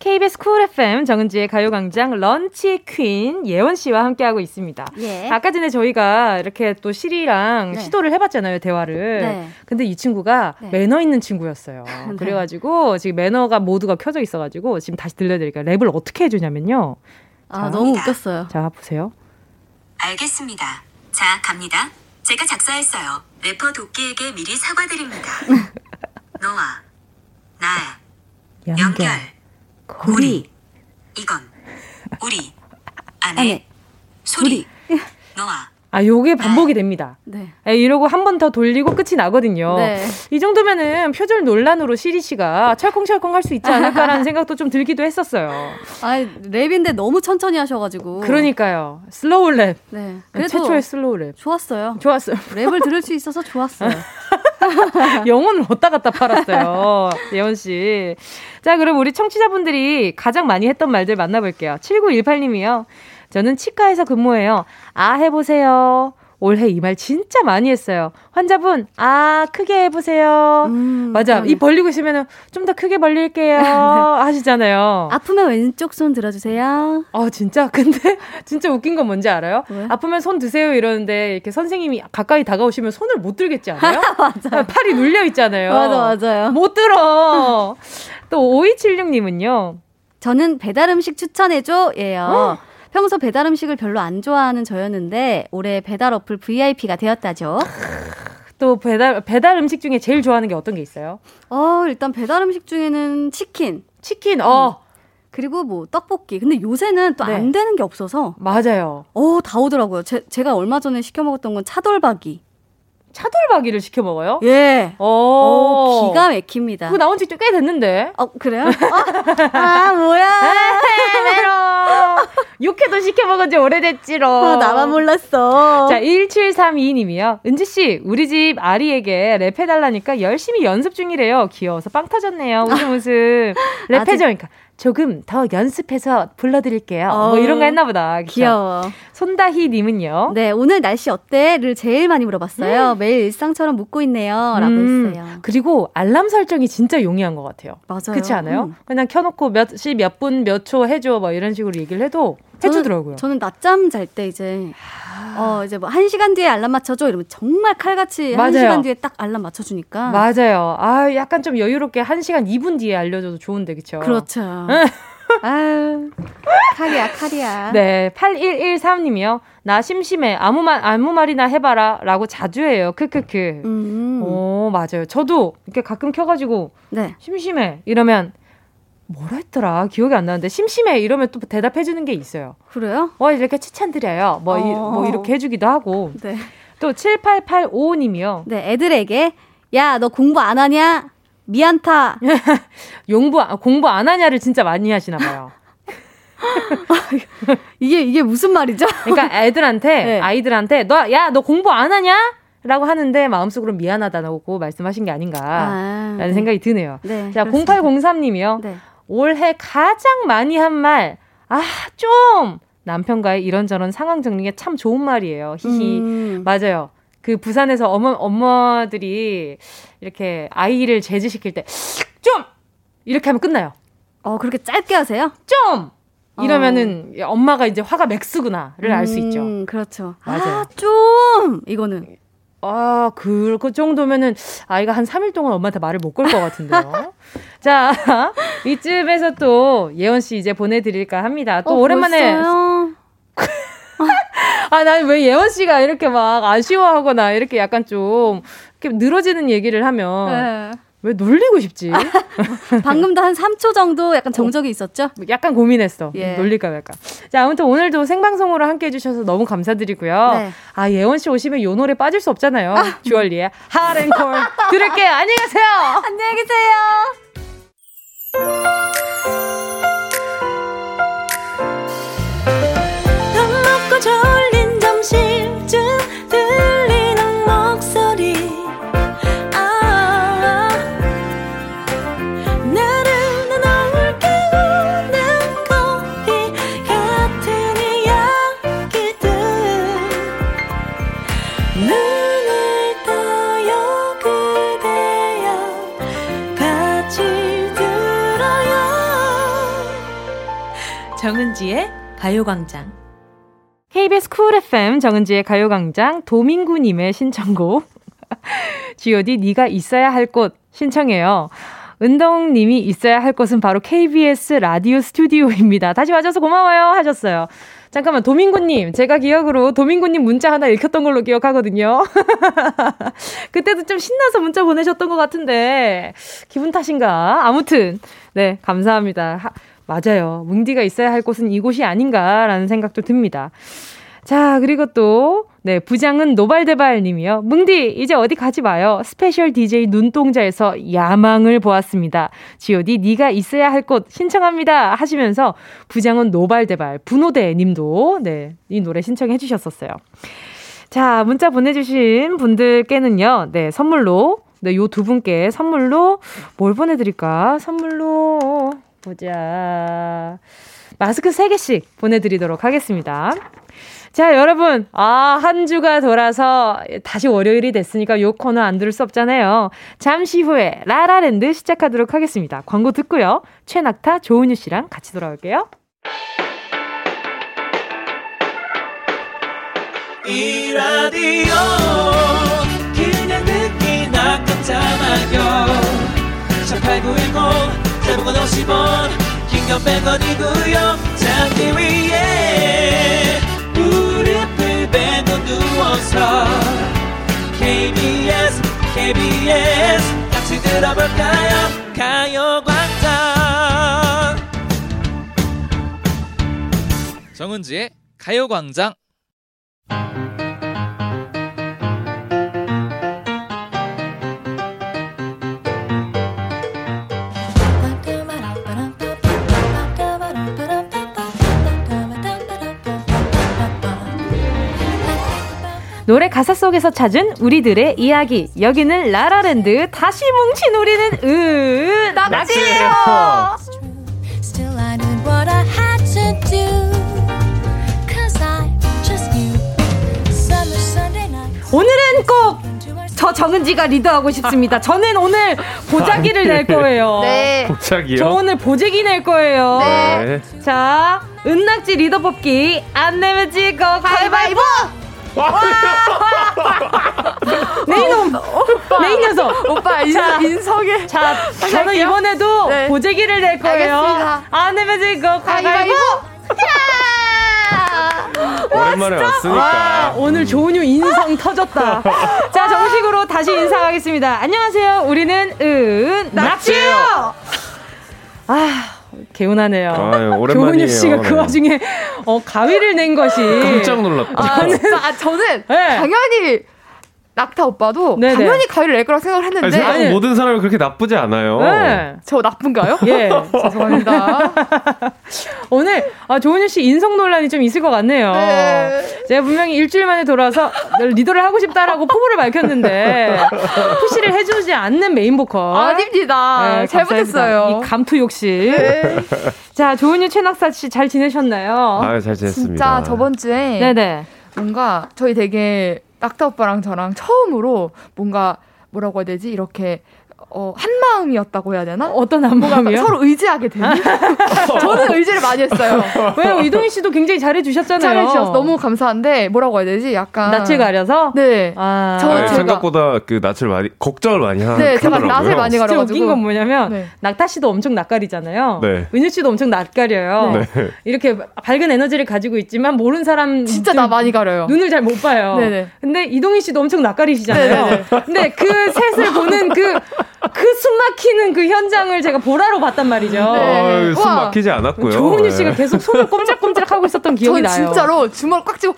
S1: KBS 쿨 FM 정은지의 가요광장 런치 퀸 예원 씨와 함께하고 있습니다.
S5: 예.
S1: 아까 전에 저희가 이렇게 또 시리랑
S5: 네.
S1: 시도를 해봤잖아요 대화를.
S5: 네.
S1: 근데 이 친구가
S5: 네.
S1: 매너 있는 친구였어요. 그래가지고 지금 매너가 모두가 켜져 있어가지고 지금 다시 들려드릴게요. 랩을 어떻게 해주냐면요.
S5: 아 너무 웃겼어요.
S1: 자 보세요.
S7: 알겠습니다. 자, 갑니다. 제가 작사했어요. 래퍼 도끼에게 미리 사과드립니다. 너와 나 연결 고리 이건 우리 안에
S5: 아니,
S7: 소리 너와
S1: 아 요게 반복이 됩니다.
S5: 네.
S1: 예, 이러고 한 번 더 돌리고 끝이 나거든요.
S5: 네.
S1: 이 정도면은 표절 논란으로 시리 씨가 철컹철컹 할 수 있지 않을까라는 생각도 좀 들기도 했었어요.
S5: 아 랩인데 너무 천천히 하셔가지고.
S1: 그러니까요. 슬로우 랩.
S5: 네. 그래도
S1: 최초의 슬로우 랩.
S5: 좋았어요.
S1: 좋았어요.
S5: 랩을 들을 수 있어서 좋았어요.
S1: 영혼을 얻다 갔다 팔았어요. 예원 씨. 자, 그럼 우리 청취자분들이 가장 많이 했던 말들 만나볼게요. 7918님이요. 저는 치과에서 근무해요. 아, 해보세요. 올해 이 말 진짜 많이 했어요. 환자분, 아, 크게 해보세요.
S5: 음,
S1: 맞아.
S5: 그러네.
S1: 입 벌리고 있으면 좀 더 크게 벌릴게요. 하시잖아요.
S5: 아프면 왼쪽 손 들어주세요.
S1: 아 진짜 근데 진짜 웃긴 건 뭔지 알아요?
S5: 왜?
S1: 아프면 손 드세요 이러는데 이렇게 선생님이 가까이 다가오시면 손을 못 들겠지 않아요? 맞아. 팔이 눌려 있잖아요.
S5: 맞아 맞아요.
S1: 못 들어. 또 5276님은요.
S5: 저는 배달 음식 추천해줘
S1: 어?
S5: 예요. 평소 배달 음식을 별로 안 좋아하는 저였는데 올해 배달 어플 VIP가 되었다죠.
S1: 또 배달 배달 음식 중에 제일 좋아하는 게 어떤 게 있어요?
S5: 어 일단 배달 음식 중에는 치킨
S1: 치킨. 어
S5: 그리고 뭐 떡볶이. 근데 요새는 또 안
S1: 네.
S5: 되는 게 없어서
S1: 맞아요.
S5: 어 다 오더라고요. 제, 제가 얼마 전에 시켜 먹었던 건 차돌박이.
S1: 차돌박이를 시켜 먹어요?
S5: 예.
S1: 어.
S5: 어 기가 막힙니다.
S1: 그거 나온 지 꽤 됐는데.
S5: 어 그래요? 아, 아 네, 뭐야?
S1: 메로. 육회도 시켜 먹은 지 오래됐지로.
S5: 아, 나만 몰랐어.
S1: 어. 자, 1732님이요. 은지씨, 우리 집 아리에게 랩해달라니까 열심히 연습 중이래요. 귀여워서 빵 터졌네요. 웃음 웃음.
S5: 아직-
S1: 랩해줘니까 그러니까 조금 더 연습해서 불러드릴게요.
S5: 어,
S1: 뭐 이런 거 했나 보다. 그쵸?
S5: 귀여워.
S1: 손다희님은요.
S5: 네, 오늘 날씨 어때?를 제일 많이 물어봤어요. 매일 일상처럼 묻고 있네요. 라고
S1: 음,
S5: 했어요.
S1: 그리고 알람 설정이 진짜 용이한 것 같아요.
S5: 맞아요.
S1: 그렇지 않아요?
S5: 음.
S1: 그냥 켜놓고 몇 시, 몇 분, 몇 초 해줘. 뭐 이런 식으로 얘기를 해도
S5: 저는-
S1: 해주더라고요.
S5: 저는 낮잠 잘 때 이제 어 이제 뭐 한 시간 뒤에 알람 맞춰줘 이러면 정말 칼같이 한
S1: 맞아요.
S5: 시간 뒤에 딱 알람 맞춰주니까
S1: 맞아요. 아, 약간 좀 여유롭게 1시간 2분 뒤에 알려줘도 좋은데, 그쵸?
S5: 그렇죠. 아유 칼이야 칼이야.
S1: 네, 8113님이요. 나 심심해. 아무 말, 아무 말이나 해봐라. 라고 자주 해요. 크크크.
S5: 음,
S1: 오, 맞아요. 저도 이렇게 가끔 켜가지고,
S5: 네.
S1: 심심해. 이러면, 뭐라 했더라? 기억이 안 나는데, 심심해. 이러면 또 대답해주는 게 있어요.
S5: 그래요?
S1: 뭐, 이렇게 추천드려요. 뭐, 이,
S5: 어.
S1: 뭐 이렇게 해주기도 하고.
S5: 네.
S1: 또, 7885님이요.
S5: 네 애들에게 야 너 공부 안 하냐? 미안타.
S1: 용부, 아, 공부 안 하냐를 진짜 많이 하시나봐요.
S5: 이게 이게 무슨 말이죠?
S1: 그러니까 애들한테,
S5: 네.
S1: 아이들한테, 너, 야, 너 공부 안 하냐? 라고 하는데 마음속으로 미안하다고 말씀하신 게 아닌가라는
S5: 아,
S1: 생각이 드네요.
S5: 네.
S1: 자,
S5: 그렇습니다.
S1: 0803님이요.
S5: 네.
S1: 올해 가장 많이 한 말. 아, 좀! 남편과의 이런저런 상황 정리에 참 좋은 말이에요. 히히.
S5: 음,
S1: 맞아요. 그 부산에서 어머, 엄마들이 이렇게 아이를 제지시킬 때, 좀! 이렇게 하면 끝나요.
S5: 어, 그렇게 짧게 하세요?
S1: 좀! 이러면은 엄마가 이제 화가 맥스구나를 알 수 있죠.
S5: 어. 음, 그렇죠.
S1: 맞아요.
S5: 아, 좀! 이거는.
S1: 아, 그, 그 정도면은 아이가 한 3일 동안 엄마한테 말을 못 걸 것 같은데요. 자, 이쯤에서 또 예원 씨 이제 보내드릴까 합니다. 또
S5: 어,
S1: 오랜만에.
S5: 벌써요?
S1: 아, 난 왜 예원 씨가 이렇게 막 아쉬워하거나 이렇게 약간 좀 이렇게 늘어지는 얘기를 하면
S5: 네.
S1: 왜 놀리고 싶지? 뭐
S5: 방금도 한 3초 정도
S1: 어.
S5: 약간 정적이 있었죠?
S1: 약간 고민했어.
S5: 예.
S1: 놀릴까 말까. 자, 아무튼 오늘도 생방송으로 함께 해주셔서 너무 감사드리고요.
S5: 네.
S1: 아, 예원 씨 오시면 요 노래 빠질 수 없잖아요. 주얼리의 하렌콜 들을게요. 안녕히 계세요.
S5: 안녕히 계세요!
S8: 밥 먹고 졸린 점심쯤 들리는 목소리 아 나른한 오후 깨우는 커피 같은 이야기들 눈을 떠요 그대여 같이 들어요 정은지의 가요광장
S1: KBS 쿨 FM 정은지의 가요광장 도민구님의 신청곡 G.O.D. 네가 있어야 할 곳 신청해요. 은덕님이 있어야 할 곳은 바로 KBS 라디오 스튜디오입니다. 다시 와줘서 고마워요 하셨어요. 잠깐만 도민구님 제가 기억으로 도민구님 문자 하나 읽혔던 걸로 기억하거든요. 그때도 좀 신나서 문자 보내셨던 것 같은데 기분 탓인가? 아무튼 네 감사합니다. 하- 맞아요. 뭉디가 있어야 할 곳은 이곳이 아닌가라는 생각도 듭니다. 자, 그리고 또, 네, 부장은 노발대발 님이요. 뭉디, 이제 어디 가지 마요. 스페셜 DJ 눈동자에서 야망을 보았습니다. GOD, 네가 있어야 할 곳 신청합니다. 하시면서 부장은 노발대발, 분호대 님도, 네, 이 노래 신청해 주셨었어요. 자, 문자 보내주신 분들께는요, 네, 선물로, 네, 요 두 분께 선물로 뭘 보내드릴까? 선물로, 보자. 마스크 세개씩 보내드리도록 하겠습니다. 자, 여러분. 아, 한 주가 돌아서 다시 월요일이 됐으니까 요 코너 안 들을 수 없잖아요. 잠시 후에 라라랜드 시작하도록 하겠습니다. 광고 듣고요. 최낙타, 조은유 씨랑 같이 돌아올게요.
S6: 이 라디오 그냥 듣기나 깜짝마요 18910 대목원 50원 긴건 100원이구요 잠기 위에 무릎을 베고 누워서 KBS KBS 같이 들어볼까요 가요광장
S9: 정은지의 가요광장
S1: 노래 가사 속에서 찾은 우리들의 이야기. 여기는 라라랜드. 다시 뭉친 우리는 으, 낙지예요.
S8: Still, I knew what I had to do. Cause I just knew. Summer Sunday night.
S1: 오늘은 꼭
S8: into our
S1: 저 정은지가 리더하고 싶습니다. 저는 오늘 보자기를 낼 거예요.
S4: 네.
S10: 갑자기요?
S1: 저 오늘 보재기 낼 거예요.
S10: 네.
S1: 자, 은낙지 리더 뽑기 안 내면 찍고 가위바위보. 네 이놈, 네 이녀석. 오빠 인, 인성에. 네. 자, 저는 이번에도 보재기를 낼 거예요. 안 내면 찍고 가위바위보.
S10: 오랜만에
S1: 와,
S10: 왔으니까. 음.
S1: 오늘 조은유 인성 터졌다. 자, 정식으로 다시 인사하겠습니다. 안녕하세요. 우리는 은 낙지예요. 아, 개운하네요.
S10: 아유, 예,
S1: 조은유
S10: 오랜만이에요.
S1: 씨가 그
S10: 네. 그
S1: 와중에 어, 가위를 낸 것이
S11: 아,
S1: 네.
S10: 깜짝 놀랐다.
S1: 저는 당연히
S11: 낙타 오빠도
S10: 네네.
S11: 당연히 가위를 낼 거라 생각을
S10: 아니,
S11: 했는데
S10: 세상 모든 사람이 그렇게 나쁘지 않아요.
S11: 네. 저 나쁜가요?
S1: 어. 예.
S11: 죄송합니다.
S1: 오늘 아, 조은유 씨 인성 논란이 좀 있을 것 같네요. 제가 분명히 일주일 만에 돌아와서 리더를 하고 싶다라고 포부를 밝혔는데 푸시를 해주지 않는 메인 보컬.
S11: 아닙니다.
S1: 네,
S11: 잘못했어요.
S1: 감사합니다. 이 감투 욕심.
S11: 네.
S1: 자, 조은유 최낙사 씨 잘 지내셨나요?
S10: 아, 잘 지냈습니다.
S11: 진짜 저번 주에
S1: 네네.
S11: 뭔가 저희 되게 낙타 오빠랑 저랑 처음으로 뭔가 뭐라고 해야 되지 이렇게 어, 한 마음이었다고 해야 되나?
S1: 어떤 한 마음이요?
S11: 서로 의지하게 되는. 저는 의지를 많이 했어요.
S1: 왜요? 이동희 씨도 굉장히 잘해주셨잖아요.
S11: 잘해주셔서 너무 감사한데 뭐라고 해야 되지? 약간
S1: 낯을 가려서?
S11: 네. 저
S10: 아니,
S11: 제가
S10: 생각보다 그 낯을 많이 걱정을 많이 하.
S11: 네, 제가 낯을 많이
S1: 진짜
S11: 가려가지고. 네.
S1: 웃긴 건 뭐냐면 낙타 씨도 엄청 낯가리잖아요.
S10: 네.
S1: 은유 씨도 엄청 낯가려요.
S10: 네.
S1: 이렇게 밝은 에너지를 가지고 있지만 모르는 사람 진짜 나
S11: 많이 가려요.
S1: 눈을 잘 못 봐요.
S11: 네네.
S1: 근데 이동희 씨도 엄청 낯가리시잖아요.
S11: 네네네.
S1: 근데 그 셋을 보는 그 그 숨막히는 그 현장을 제가 보라로 봤단 말이죠.
S11: 네.
S10: 어, 숨 막히지 않았고요.
S1: 조은유
S10: 네.
S1: 씨가 계속 손을 꼼짝꼼짝 하고 있었던 기억이
S11: 전
S1: 나요.
S11: 진짜로 주먹을 꽉 쥐고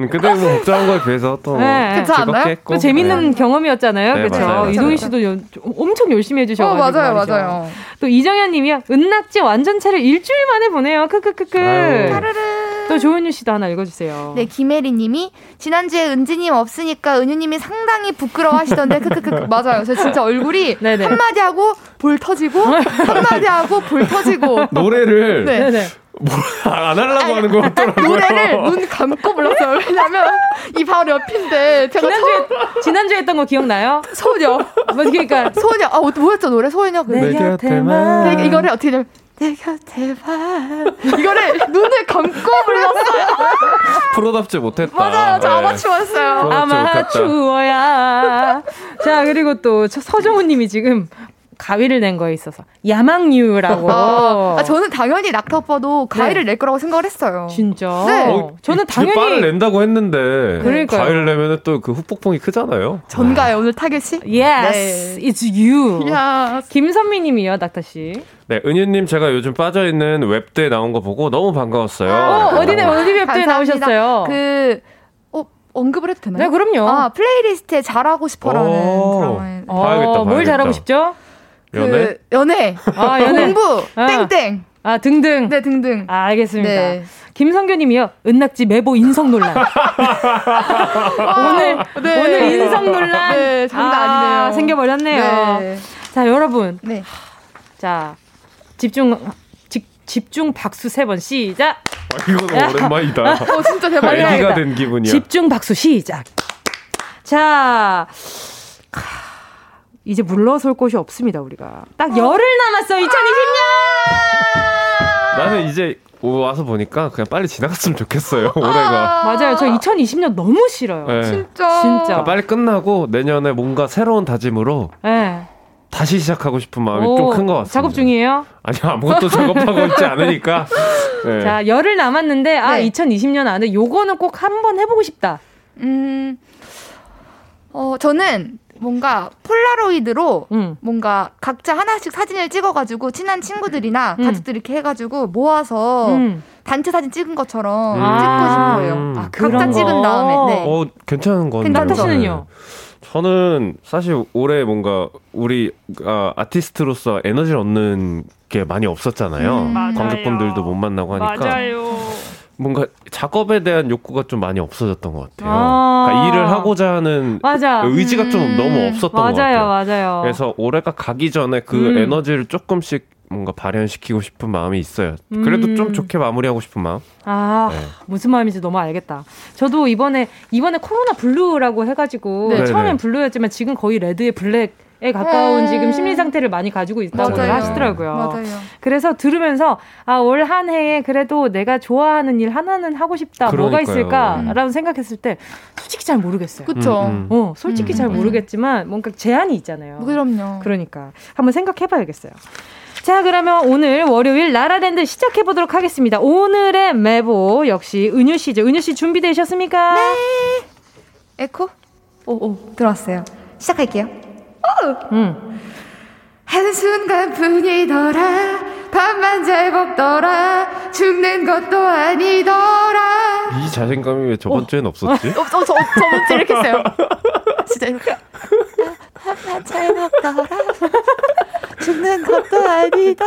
S10: 음, 근데 뭐 복잡한 거에 비해서 또
S11: 네.
S10: 즐겁게 했고.
S1: 또 재밌는 경험이었잖아요.
S10: 네,
S1: 그렇죠.
S10: 맞아요, 맞아요.
S1: 이동희 씨도 요- 엄청 열심히 해주셔가지고
S11: 어, 맞아요,
S1: 말이죠.
S11: 맞아요.
S1: 또 이정현님이요. 은낙지 완전체를 일주일 만에 보내요. 크크크크.
S11: 아유.
S1: 또 조은유 씨도 하나 읽어주세요.
S11: 네, 김혜리 님이 지난주에 은지님 없으니까 은유님이 상당히 부끄러워하시던데 크크크크 맞아요. 저 진짜 얼굴이
S1: 네네.
S11: 한마디 하고 볼 터지고 한마디 하고 볼 터지고
S10: 노래를 뭐
S11: 네. 네네.
S10: 안 하려고 하는 거 같더라고요.
S11: 노래를 눈 감고 불렀어요. 왜냐면 이 바로 옆인데 제가
S1: 지난주에 지난주에 했던 거 기억나요?
S11: 소녀.
S1: 뭐 그러니까
S11: 소녀. 아, 어, 뭐였죠? 노래 소녀.
S1: 내 곁에만.
S11: 내- 이거를 어떻게 좀 내 곁에만. 이거를 눈을 감고 불렀어요.
S10: 프로답지 못했다.
S11: 맞아요. 저
S10: 네.
S11: 아마추어였어요.
S10: 부끄럽지
S1: 아마추어야. 자 그리고 또 서정우님이 지금 가위를 낸 거에 있어서 야망유라고.
S11: 아, 아, 저는 당연히 낙타 오빠도 가위를 낼 거라고 생각을 했어요.
S1: 네. 진짜?
S11: 네.
S10: 어,
S1: 저는
S10: 근데 빠를 낸다고 했는데
S11: 그러니까요.
S10: 과일 내면은 또 그 후폭풍이 크잖아요.
S11: 전가요 오늘 타겟이?
S1: Yes,
S11: 네.
S1: it's you. 김선미님이요, 낙타 씨.
S10: 네, 은유님 제가 요즘 빠져 있는 웹대 나온 거 보고 너무 반가웠어요.
S1: 어, 어디네, 어디 웹툰에
S11: 감사합니다.
S1: 나오셨어요?
S11: 그 어, 언급을 해도 되나요?
S1: 네, 그럼요.
S11: 아, 플레이리스트에 잘하고 싶어라는
S10: 오,
S11: 드라마에
S10: 봐야겠다, 봐야겠다.
S1: 뭘 잘하고 싶죠?
S10: 연애?
S11: 그 연애,
S1: 아, 연애.
S11: 공부,
S1: 아.
S11: 땡땡.
S1: 아, 등등.
S11: 네, 등등.
S1: 아, 알겠습니다.
S11: 네.
S1: 김성규님이요, 은낙지 매보 인성 논란. 오늘,
S11: 네.
S1: 오늘 인성 논란.
S11: 네, 장난 아니네요.
S1: 생겨버렸네요.
S11: 네.
S1: 자, 여러분.
S11: 네.
S1: 자, 집중, 집, 집중 박수 세 번 시작.
S10: 아, 이거는 오랜만이다.
S1: 어, 진짜 대박이다.
S10: 애기가 된 기분이야.
S1: 집중 박수 시작. 자, 캬, 이제 물러설 곳이 없습니다 우리가. 딱 열흘 남았어 2020년.
S10: 나는 이제 오- 와서 보니까 그냥 빨리 지나갔으면 좋겠어요. 올해가.
S1: 맞아요. 저 2020년 너무 싫어요.
S10: 네.
S1: 진짜.
S10: 빨리 끝나고 내년에 뭔가 새로운 다짐으로
S1: 네.
S10: 다시 시작하고 싶은 마음이
S1: 오,
S10: 좀 큰 것 같습니다.
S1: 작업 중이에요?
S10: 아니 아무것도 작업하고 있지 않으니까. 네.
S1: 자, 열흘 남았는데 아,
S11: 네.
S1: 2020년 안에 요거는 꼭 한번 해보고 싶다.
S11: 음, 어, 저는 뭔가 폴라로이드로
S1: 음.
S11: 뭐 뭔가 각자 하나씩 사진을 찍어가지고 친한 친구들이나 가족들 이렇게 해가지고 모아서
S1: 음.
S11: 단체 사진 찍은 것처럼
S10: 음.
S11: 어, 찍고 싶어요.
S10: 음.
S11: 각자 찍은 다음에. 네.
S10: 어 괜찮은 건데.
S11: 근데 낙타 씨는요?
S10: 저는 사실 올해 뭔가 우리 가 아티스트로서 에너지를 얻는 게 많이 없었잖아요.
S12: 음. 맞아요.
S10: 관객분들도 못 만나고 하니까 뭔가 작업에 대한 욕구가 좀 많이 없어졌던 것 같아요.
S1: 아.
S10: 그러니까 일을 하고자 하는 그
S1: 맞아.
S10: 의지가 좀
S1: 음.
S10: 너무 없었던 것
S1: 맞아요,
S10: 같아요.
S1: 맞아요.
S10: 그래서 올해가 가기 전에 그
S1: 음.
S10: 에너지를 조금씩 뭔가 발현시키고 싶은 마음이 있어요. 그래도
S1: 음.
S10: 좀 좋게 마무리하고 싶은 마음.
S1: 아
S10: 네.
S1: 무슨 마음인지 너무 알겠다. 저도 이번에 이번에 코로나 블루라고 해가지고
S10: 네.
S1: 처음엔
S10: 네네.
S1: 블루였지만 지금 거의 레드의 블랙에 가까운
S11: 음.
S1: 지금 심리 상태를 많이 가지고 있다고
S11: 맞아요.
S1: 하시더라고요.
S11: 맞아요.
S1: 그래서 들으면서 아 올 한 해에 그래도 내가 좋아하는 일 하나는 하고 싶다. 뭐가
S11: 그러니까요.
S1: 있을까라고 생각했을 때 솔직히 잘 모르겠어요.
S11: 그쵸. 음, 음.
S1: 어 솔직히
S11: 음,
S1: 잘
S11: 맞아요.
S1: 모르겠지만 뭔가 제한이 있잖아요.
S8: 어.
S11: 그럼요.
S1: 그러니까 한번 생각해봐야겠어요. 자, 그러면 오늘 월요일 라라랜드 시작해보도록 하겠습니다. 오늘의 메보 역시 은유 씨죠. 은유 씨 준비되셨습니까? 네.
S11: 에코? 오, 오, 들어왔어요. 시작할게요. 오! 한순간 뿐이더라, 밤만 잘 먹더라, 죽는 것도 아니더라.
S10: 이 자신감이 왜 저번 주엔 없었지?
S11: 어, 저, 저, 저번 주에 이렇게 했어요. 진짜 이렇게.
S8: 차에 먹더라 죽는 것도 아니다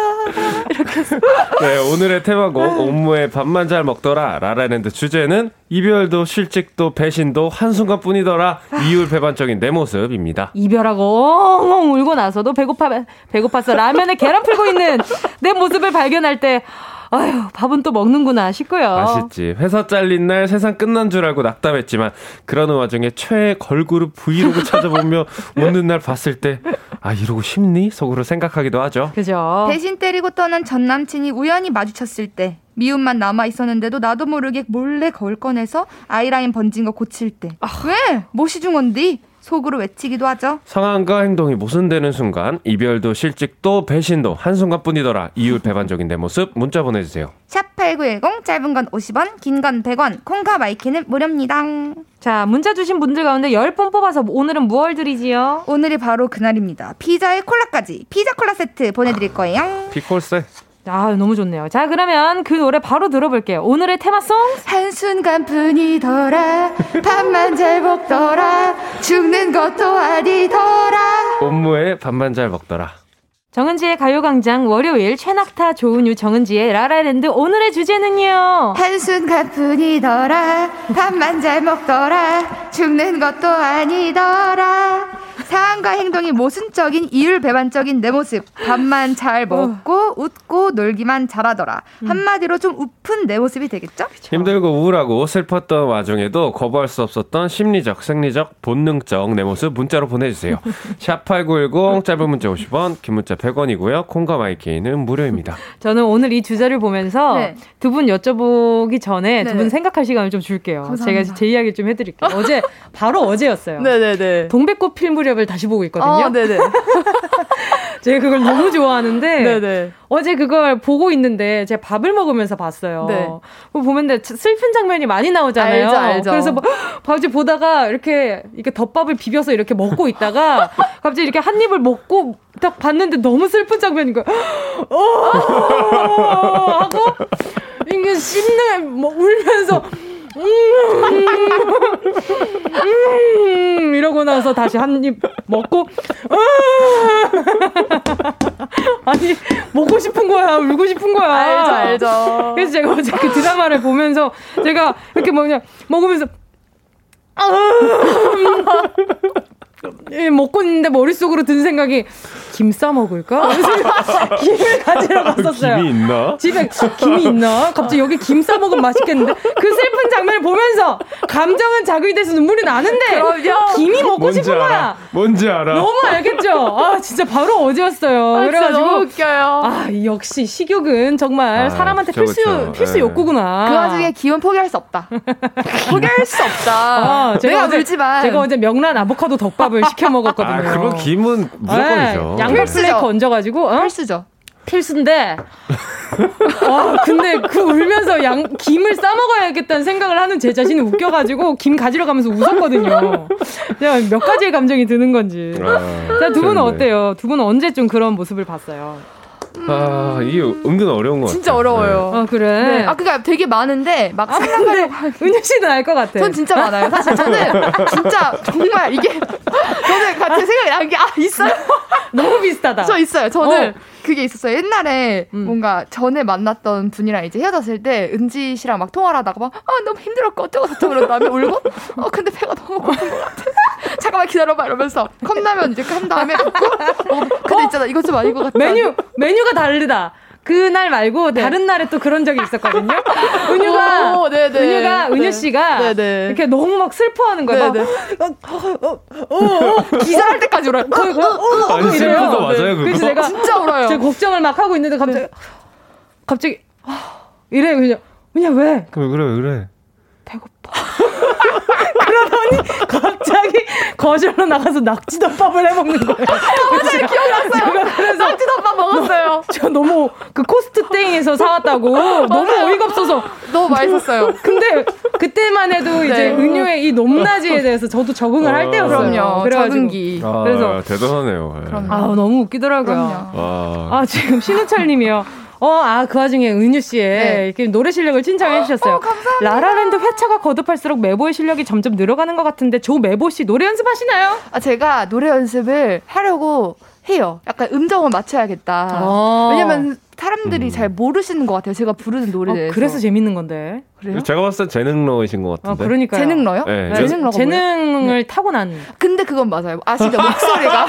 S1: 이렇게 해서
S10: 네, 오늘의 테마곡 업무에 밥만 잘 먹더라 라라랜드 주제는 이별도 실직도 배신도 한순간뿐이더라 이율배반적인 내 모습입니다.
S1: 이별하고 엉엉 울고 나서도 배고파 배고파서 라면에 계란 풀고 있는 내 모습을 발견할 때 아유 밥은 또 먹는구나 싶고요.
S10: 아쉽지. 회사 잘린 날 세상 끝난 줄 알고 낙담했지만 그러는 와중에 최애 걸그룹 브이로그 찾아보며 웃는 날 봤을 때 아 이러고 싶니? 속으로 생각하기도 하죠.
S1: 그죠.
S11: 대신 때리고 떠난 전 남친이 우연히 마주쳤을 때 미움만 남아 있었는데도 나도 모르게 몰래 거울 꺼내서 아이라인 번진 거 고칠 때 왜? 못이 준 건디? 속으로 외치기도 하죠.
S10: 상황과 행동이 모순되는 순간 이별도 실직도 배신도 한순간뿐이더라 이율배반적인 내 모습 문자 보내주세요.
S11: 샵8910 짧은 건 50원, 긴 건 100원, 콩과 마이키는 무료입니다.
S1: 자, 문자 주신 분들 가운데 10분 뽑아서 오늘은 무얼 드리지요?
S11: 오늘이 바로 그날입니다. 피자에 콜라까지 피자 콜라 세트 보내드릴 거예요.
S10: 피콜세.
S1: 아 너무 좋네요. 자 그러면 그 노래 바로 들어볼게요. 오늘의 테마송
S11: 한순간뿐이더라 밥만 잘 먹더라 죽는 것도 아니더라
S10: 업무에 밥만 잘 먹더라.
S1: 정은지의 가요광장 월요일 최낙타 조은유 정은지의 라라랜드 오늘의 주제는요.
S11: 한순간뿐이더라 밥만 잘 먹더라 죽는 것도 아니더라 상황과 행동이 모순적인 이율배반적인 내 모습 밥만 잘 먹고 웃고 놀기만 잘하더라 한마디로 좀 우픈 내 모습이 되겠죠?
S10: 힘들고 우울하고 슬펐던 와중에도 거부할 수 없었던 심리적, 생리적, 본능적 내 모습 문자로 보내주세요. 샵8910 짧은 문자 50원, 긴 문자 100원이고요. 콩과 마이케이는 무료입니다.
S1: 저는 오늘 이 주제를 보면서
S11: 네.
S1: 두 분 여쭤보기 전에 두
S11: 네네.
S1: 분 생각할 시간을 좀 줄게요.
S11: 감사합니다.
S1: 제가 제 이야기 좀 해드릴게요. 어제 바로 어제였어요.
S12: 네네네.
S1: 동백꽃 필 무렵을 다시 보고 있거든요.
S12: 아, 네네.
S1: 제가 그걸 너무 좋아하는데
S12: 네네.
S1: 어제 그걸 보고 있는데 제가 밥을 먹으면서 봤어요.
S12: 네.
S1: 그거 보면 근데 슬픈 장면이 많이 나오잖아요.
S12: 알죠, 알죠.
S1: 그래서 막 밥집 보다가 이렇게 이렇게 덮밥을 비벼서 이렇게 먹고 있다가 갑자기 이렇게 한 입을 먹고 딱 봤는데 너무 슬픈 장면인 거예요. 어! 하고 이게 씹는 뭐 울면서 음, 음, 이러고 나서 다시 한 입 먹고 음. 아니 먹고 싶은 거야 울고 싶은 거야
S12: 알죠, 알죠.
S1: 그래서 제가 어제 그 드라마를 보면서 제가 이렇게 뭐냐 먹으면서 아! 예, 먹고 있는데 머릿속으로 든 생각이 김 싸 먹을까? 그래서 김을 가지러 갔었어요.
S10: 아, 김이 있나?
S1: 집에 김이 있나? 갑자기 여기 김 싸 먹으면 맛있겠는데 그 슬픈 장면을 보면서 감정은 자극이 돼서 눈물이 나는데
S12: 그럼요.
S1: 김이 먹고
S10: 뭔지
S1: 싶은
S10: 알아?
S1: 거야.
S10: 뭔지 알아?
S1: 너무 알겠죠? 아 진짜 바로 어제였어요.
S12: 아, 진짜
S1: 그래가지고
S12: 너무 웃겨요.
S1: 아 역시 식욕은 정말
S10: 아,
S1: 사람한테
S10: 그쵸,
S1: 필수
S10: 그쵸.
S1: 필수
S10: 예.
S1: 욕구구나.
S11: 그 와중에 기운 포기할 수 없다. 포기할 수 없다.
S1: 아, 제가
S11: 내가
S1: 어제-
S11: 울지만.
S1: 제가 어제 명란 아보카도 덮밥을 시켜 먹었거든요.
S10: 아, 그런 김은 무조건이죠.
S1: 네, 양파 플레이크 얹어가지고
S11: 필수죠.
S1: 필수인데. 와, 근데 그 울면서 양 김을 싸 먹어야겠다는 생각을 하는 제 자신이 웃겨가지고 김 가지러 가면서 웃었거든요. 그냥 몇 가지의 감정이 드는 건지.
S10: 아,
S1: 자, 두 분은
S10: 재밌네.
S1: 어때요? 두 분은 언제쯤 그런 모습을 봤어요?
S10: 아, 이게 은근 어려운 것 같아요.
S11: 진짜 어려워요.
S1: 아, 그래.
S11: 네. 아, 그니까 되게 많은데, 막 생각하려고. 하-
S1: 은유 씨는 알 것 같아.
S11: 전 진짜 많아요. 사실 저는 진짜 정말 이게, 저는 같이 생각이 난 게, 아, 있어요.
S1: 너무 비슷하다.
S11: 저 있어요. 저는
S1: 어. 음.
S11: 그게 있었어요. 옛날에 뭔가 전에 만났던 분이랑 이제 헤어졌을 때 은지 씨랑 막 통화를 하다가 막, 아, 너무 힘들었고, 어쩌고 저쩌고 그런 다음에 울고, 어, 근데 배가 너무 고픈 것 같아. 잠깐만 기다려봐 이러면서 컵라면 이제 한 다음에 먹고 어, 근데 있잖아 이것 좀 아닌 것 같아
S1: 메뉴 메뉴가 다르다. 그날 말고 다른 날에 또 그런 적이 있었거든요. 은유가
S12: 오, 네네.
S1: 은유가
S12: 네.
S1: 은유 씨가
S12: 네네.
S1: 이렇게 너무 막 슬퍼하는 거예요.
S12: 네네.
S1: 막 어, 어, 어, 어,
S11: 기절할 때까지 울어요
S1: 거의 거의 어, 어,
S10: 아니,
S1: 어,
S10: 슬픈
S1: 이래요.
S10: 거 맞아요, 그거?
S1: 그래서 내가
S11: 진짜 울어요.
S1: 제가 걱정을 막 하고 있는데 갑자기 갑자기 아, 이래 그냥 그냥 왜
S10: 네. 왜 그래, 왜 그래?
S1: 갑자기 거실로 나가서 낙지덮밥을 해먹는 거예요. 맞아요, 기억났어요. 그래서
S11: 낙지덮밥 먹었어요
S1: 저 너무 그 코스트 땡에서 사왔다고 너무 어이가 없어서
S11: 너무 맛있었어요
S1: 근데 그때만 해도 이제
S11: 네.
S1: 은유의 이 높낮이에 대해서 저도 적응을 할 때였어요.
S11: 그럼요
S1: 그래가지고.
S11: 적응기
S10: 아,
S1: 그래서-
S10: 대단하네요. 예.
S11: 그럼요.
S1: 아 너무 웃기더라고요.
S11: 그럼요.
S10: 와.
S1: 아 지금 신우철님이요. 어, 아, 그 와중에 은유 씨의
S11: 네.
S1: 이렇게 노래 실력을 칭찬해 주셨어요. 라라랜드 회차가 거듭할수록 메보의 실력이 점점 늘어가는 것 같은데, 조 메보 씨 노래 연습하시나요?
S11: 아, 제가 노래 연습을 하려고 해요. 약간 음정을 맞춰야겠다.
S1: 어.
S11: 아, 왜냐면 사람들이 잘 모르시는 것 같아요. 제가 부르는 노래에.
S1: 어, 그래서 재밌는 건데.
S11: 그래요?
S10: 제가 봤을 때 재능러이신 것 같은데.
S1: 아, 그러니까요.
S11: 재능러요?
S10: 네,
S11: 재능러가
S1: 재능을 타고난.
S11: 근데 그건 맞아요. 아, 진짜 목소리가.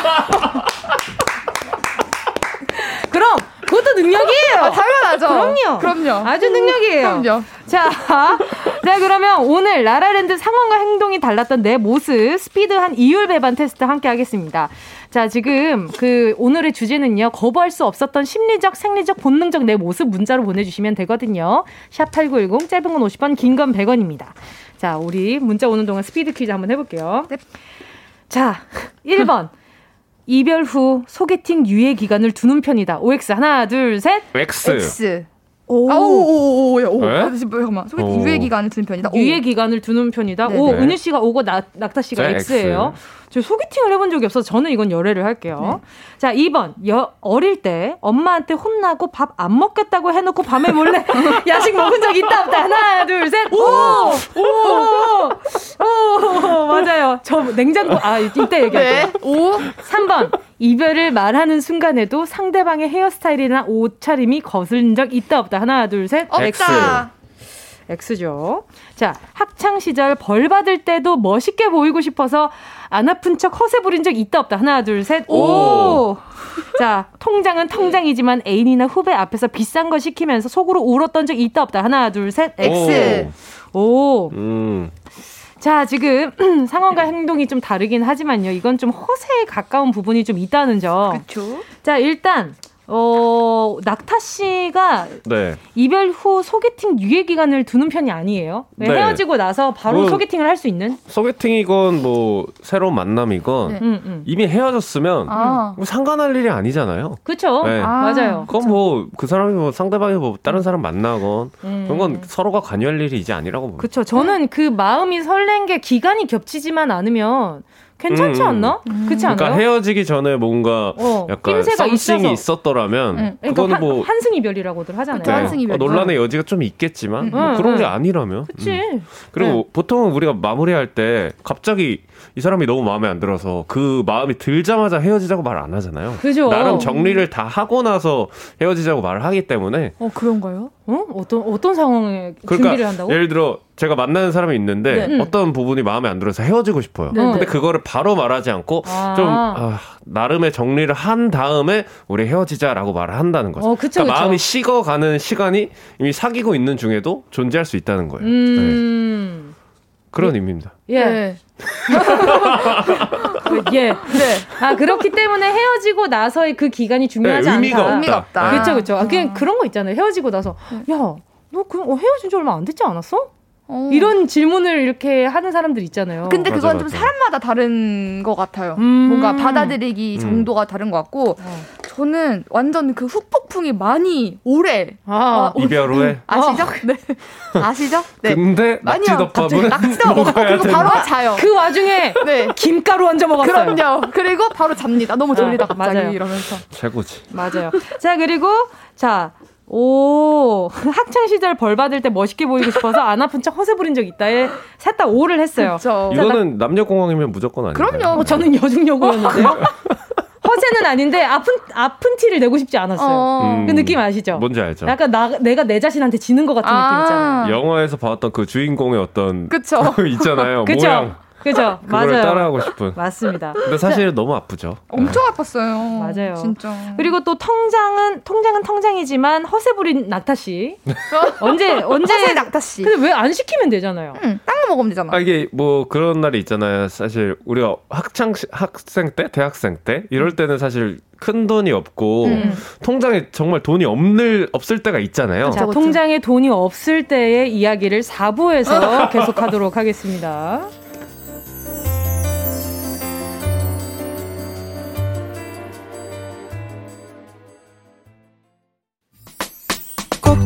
S1: 그럼 그것도 능력이에요.
S11: 아, 당연하죠.
S1: 그럼요.
S11: 그럼요.
S1: 아주
S11: 음,
S1: 능력이에요.
S11: 그럼요.
S1: 자, 자 그러면 오늘 라라랜드 상황과 행동이 달랐던 내 모습 스피드한 이율 배반 테스트 함께 하겠습니다. 자, 지금 그 오늘의 주제는요. 거부할 수 없었던 심리적, 생리적, 본능적 내 모습 문자로 보내주시면 되거든요. 샵 #8910 짧은 건 50원, 긴 건 100원입니다. 자, 우리 문자 오는 동안 스피드 퀴즈 한번 해볼게요. 자, 1번. 이별 후 소개팅 유예 기간을 두는 편이다. OX 하나, 둘, 셋.
S10: X.
S11: X. 오. 아, 오, 오, 오, 오, 야, 오.
S10: 에?
S11: 아, 잠깐만. 소개팅
S10: 오.
S11: 유예 기간을 두는 편이다. 오.
S1: 유예 기간을 두는 편이다.
S11: 네,
S1: 오,
S11: 네.
S1: 은유 씨가 오고 낙, 낙타 씨가
S11: 자,
S1: X예요. 저 소개팅을 해본 적이 없어서 저는 이건 열애를
S11: 네.
S1: 할게요. 자, 2번. 여, 어릴 때 엄마한테 혼나고 밥 안 먹겠다고 해놓고 밤에 몰래 야식 먹은 적 있다 없다. 하나, 둘, 셋. 오! 오! 오! 맞아요. 저 냉장고, 아, 이때 얘기할게요.
S11: 네. 오.
S1: 3번. 이별을 말하는 순간에도 상대방의 헤어스타일이나 옷차림이 거슬린 적 있다 없다. 하나, 둘, 셋.
S11: 어, 없다.
S1: X죠. 자, 학창 시절 벌 받을 때도 멋있게 보이고 싶어서 안 아픈 척 허세 부린 적 있다 없다. 하나, 둘, 셋. 오. 자, 통장은 통장이지만 애인이나 후배 앞에서 비싼 거 시키면서 속으로 울었던 적 있다 없다. 하나, 둘, 셋. X. 오.
S10: 음.
S1: 자, 지금 상황과 행동이 좀 다르긴 하지만요. 이건 좀 허세에 가까운 부분이 좀 있다는 점.
S11: 그렇죠.
S1: 자, 일단 어, 낙타 씨가
S10: 네.
S1: 이별 후 소개팅 유예 기간을 두는 편이 아니에요. 왜
S10: 네.
S1: 헤어지고 나서 바로
S10: 뭐-
S1: 소개팅을 할 수 있는?
S10: 소개팅이건 뭐 새로운 만남이건
S1: 네. 음, 음.
S10: 이미 헤어졌으면
S1: 아.
S10: 뭐 상관할 일이 아니잖아요.
S1: 그쵸?
S10: 네.
S1: 맞아요.
S10: 그건 뭐 그 사람이 뭐 상대방이 뭐 다른 사람 만나건
S1: 음.
S10: 그런 건 서로가 관여할 일이 이제 아니라고 봅니다.
S1: 그쵸. 저는 그 마음이 설렌 게 기간이 겹치지만 않으면 괜찮지
S10: 음, 음.
S1: 않나? 그렇지 않아요?
S10: 그러니까 헤어지기 전에 뭔가
S1: 어,
S10: 약간
S1: 낌새가
S10: 썸씽이
S1: 있어서.
S10: 있었더라면
S1: 응. 그러니까
S10: 그거는
S1: 환-
S10: 뭐
S1: 한승이별이라고들 하잖아요.
S10: 네. 어, 논란의 여지가 좀 있겠지만
S1: 음.
S10: 뭐
S1: 음,
S10: 그런 게
S1: 음.
S10: 아니라면
S1: 그치.
S10: 음. 그리고
S1: 네.
S10: 보통은 우리가 마무리할 때 갑자기 이 사람이 너무 마음에 안 들어서 그 마음이 들자마자 헤어지자고 말 안 하잖아요.
S1: 그죠.
S10: 나름 정리를 다 하고 나서 헤어지자고 말을 하기 때문에
S1: 어 그런가요? 어 어떤 어떤 상황에
S10: 그러니까
S1: 준비를 한다고?
S10: 예를 들어 제가 만나는 사람이 있는데
S1: 네.
S10: 어떤 부분이 마음에 안 들어서 헤어지고 싶어요.
S1: 네.
S10: 근데 그거를 바로 말하지 않고
S1: 아.
S10: 좀 아, 나름의 정리를 한 다음에 우리 헤어지자라고 말을 한다는 거죠.
S1: 어, 그쵸,
S10: 그러니까
S1: 그쵸.
S10: 마음이 식어가는 시간이 이미 사귀고 있는 중에도 존재할 수 있다는 거예요. 네.
S1: 음.
S10: 그런 의미입니다.
S1: 예.
S11: 네.
S1: 예. 아 그렇기 때문에 헤어지고 나서의 그 기간이 중요하지
S10: 네,
S1: 않다.
S10: 의미가 없다. 의미가 없다.
S1: 그렇죠, 그렇죠. 아, 그냥 그런 거 있잖아요. 헤어지고 나서
S11: 네.
S1: 야, 너 그, 어, 헤어진 지 얼마 안 됐지 않았어? 이런 질문을 이렇게 하는 사람들 있잖아요.
S11: 근데 그건 좀 사람마다 다른 것 같아요. 뭔가 받아들이기
S1: 음.
S11: 정도가 다른 것 같고, 저는 완전 그 훅폭풍이 많이 오래.
S1: 아,
S10: 이별 후에?
S11: 아시죠? 어. 네. 아시죠? 네.
S10: 근데
S11: 많이
S10: 그 낙지덮밥은
S11: 낙지덮밥 먹고
S10: 먹어야
S11: 그리고
S10: 된다.
S11: 바로 자요.
S1: 그 와중에 김가루 얹어 먹었어요.
S11: 네. 그럼요. 그리고 바로 잡니다. 너무 졸리다 갑자기
S1: 맞아요.
S11: 이러면서.
S10: 최고지.
S1: 맞아요. 자, 그리고 자, 오, 학창 시절 벌 받을 때 멋있게 보이고 싶어서 안 아픈 척 허세 부린 적 있다에 셋다 오를 했어요. 자, 나-
S10: 이거는 남녀공학이면 무조건 아니에요.
S11: 뭐
S1: 그럼요. 저는
S11: 아,
S1: 여중여고였는데요. 허세는 아닌데 아픈 아픈 티를 내고 싶지 않았어요.
S10: 어.
S1: 그 느낌 아시죠?
S10: 뭔지 알죠.
S1: 약간 나 내가 내 자신한테 지는 것 같은 느낌 있잖아요.
S10: 영화에서 봤던 그 주인공의 어떤
S1: 그쵸.
S10: 있잖아요.
S1: 그쵸.
S10: 모양.
S1: 그죠?
S10: 그거를
S1: 맞아요. 네. 어.
S10: 따라하고 싶은.
S1: 맞습니다.
S10: 근데 사실 너무 아프죠.
S11: 엄청 아팠어요.
S1: 맞아요.
S11: 진짜.
S1: 그리고 또 통장은 통장은 통장이지만 허세 부린 낙타 씨. 언제 언제
S11: 어? 허세 낙타 씨.
S1: 근데 왜 안 시키면 되잖아요.
S11: 딴 거 먹으면 되잖아.
S10: 아 이게 뭐 그런 날이 있잖아요. 사실 우리가 학창 시- 학생 때, 대학생 때 이럴 때는 사실 큰 돈이 없고
S1: 음.
S10: 통장에 정말 돈이 없는 없을 때가 있잖아요.
S1: 자, 통장에 돈이 없을 때의 이야기를 4부에서 계속하도록 하겠습니다.
S6: 꼭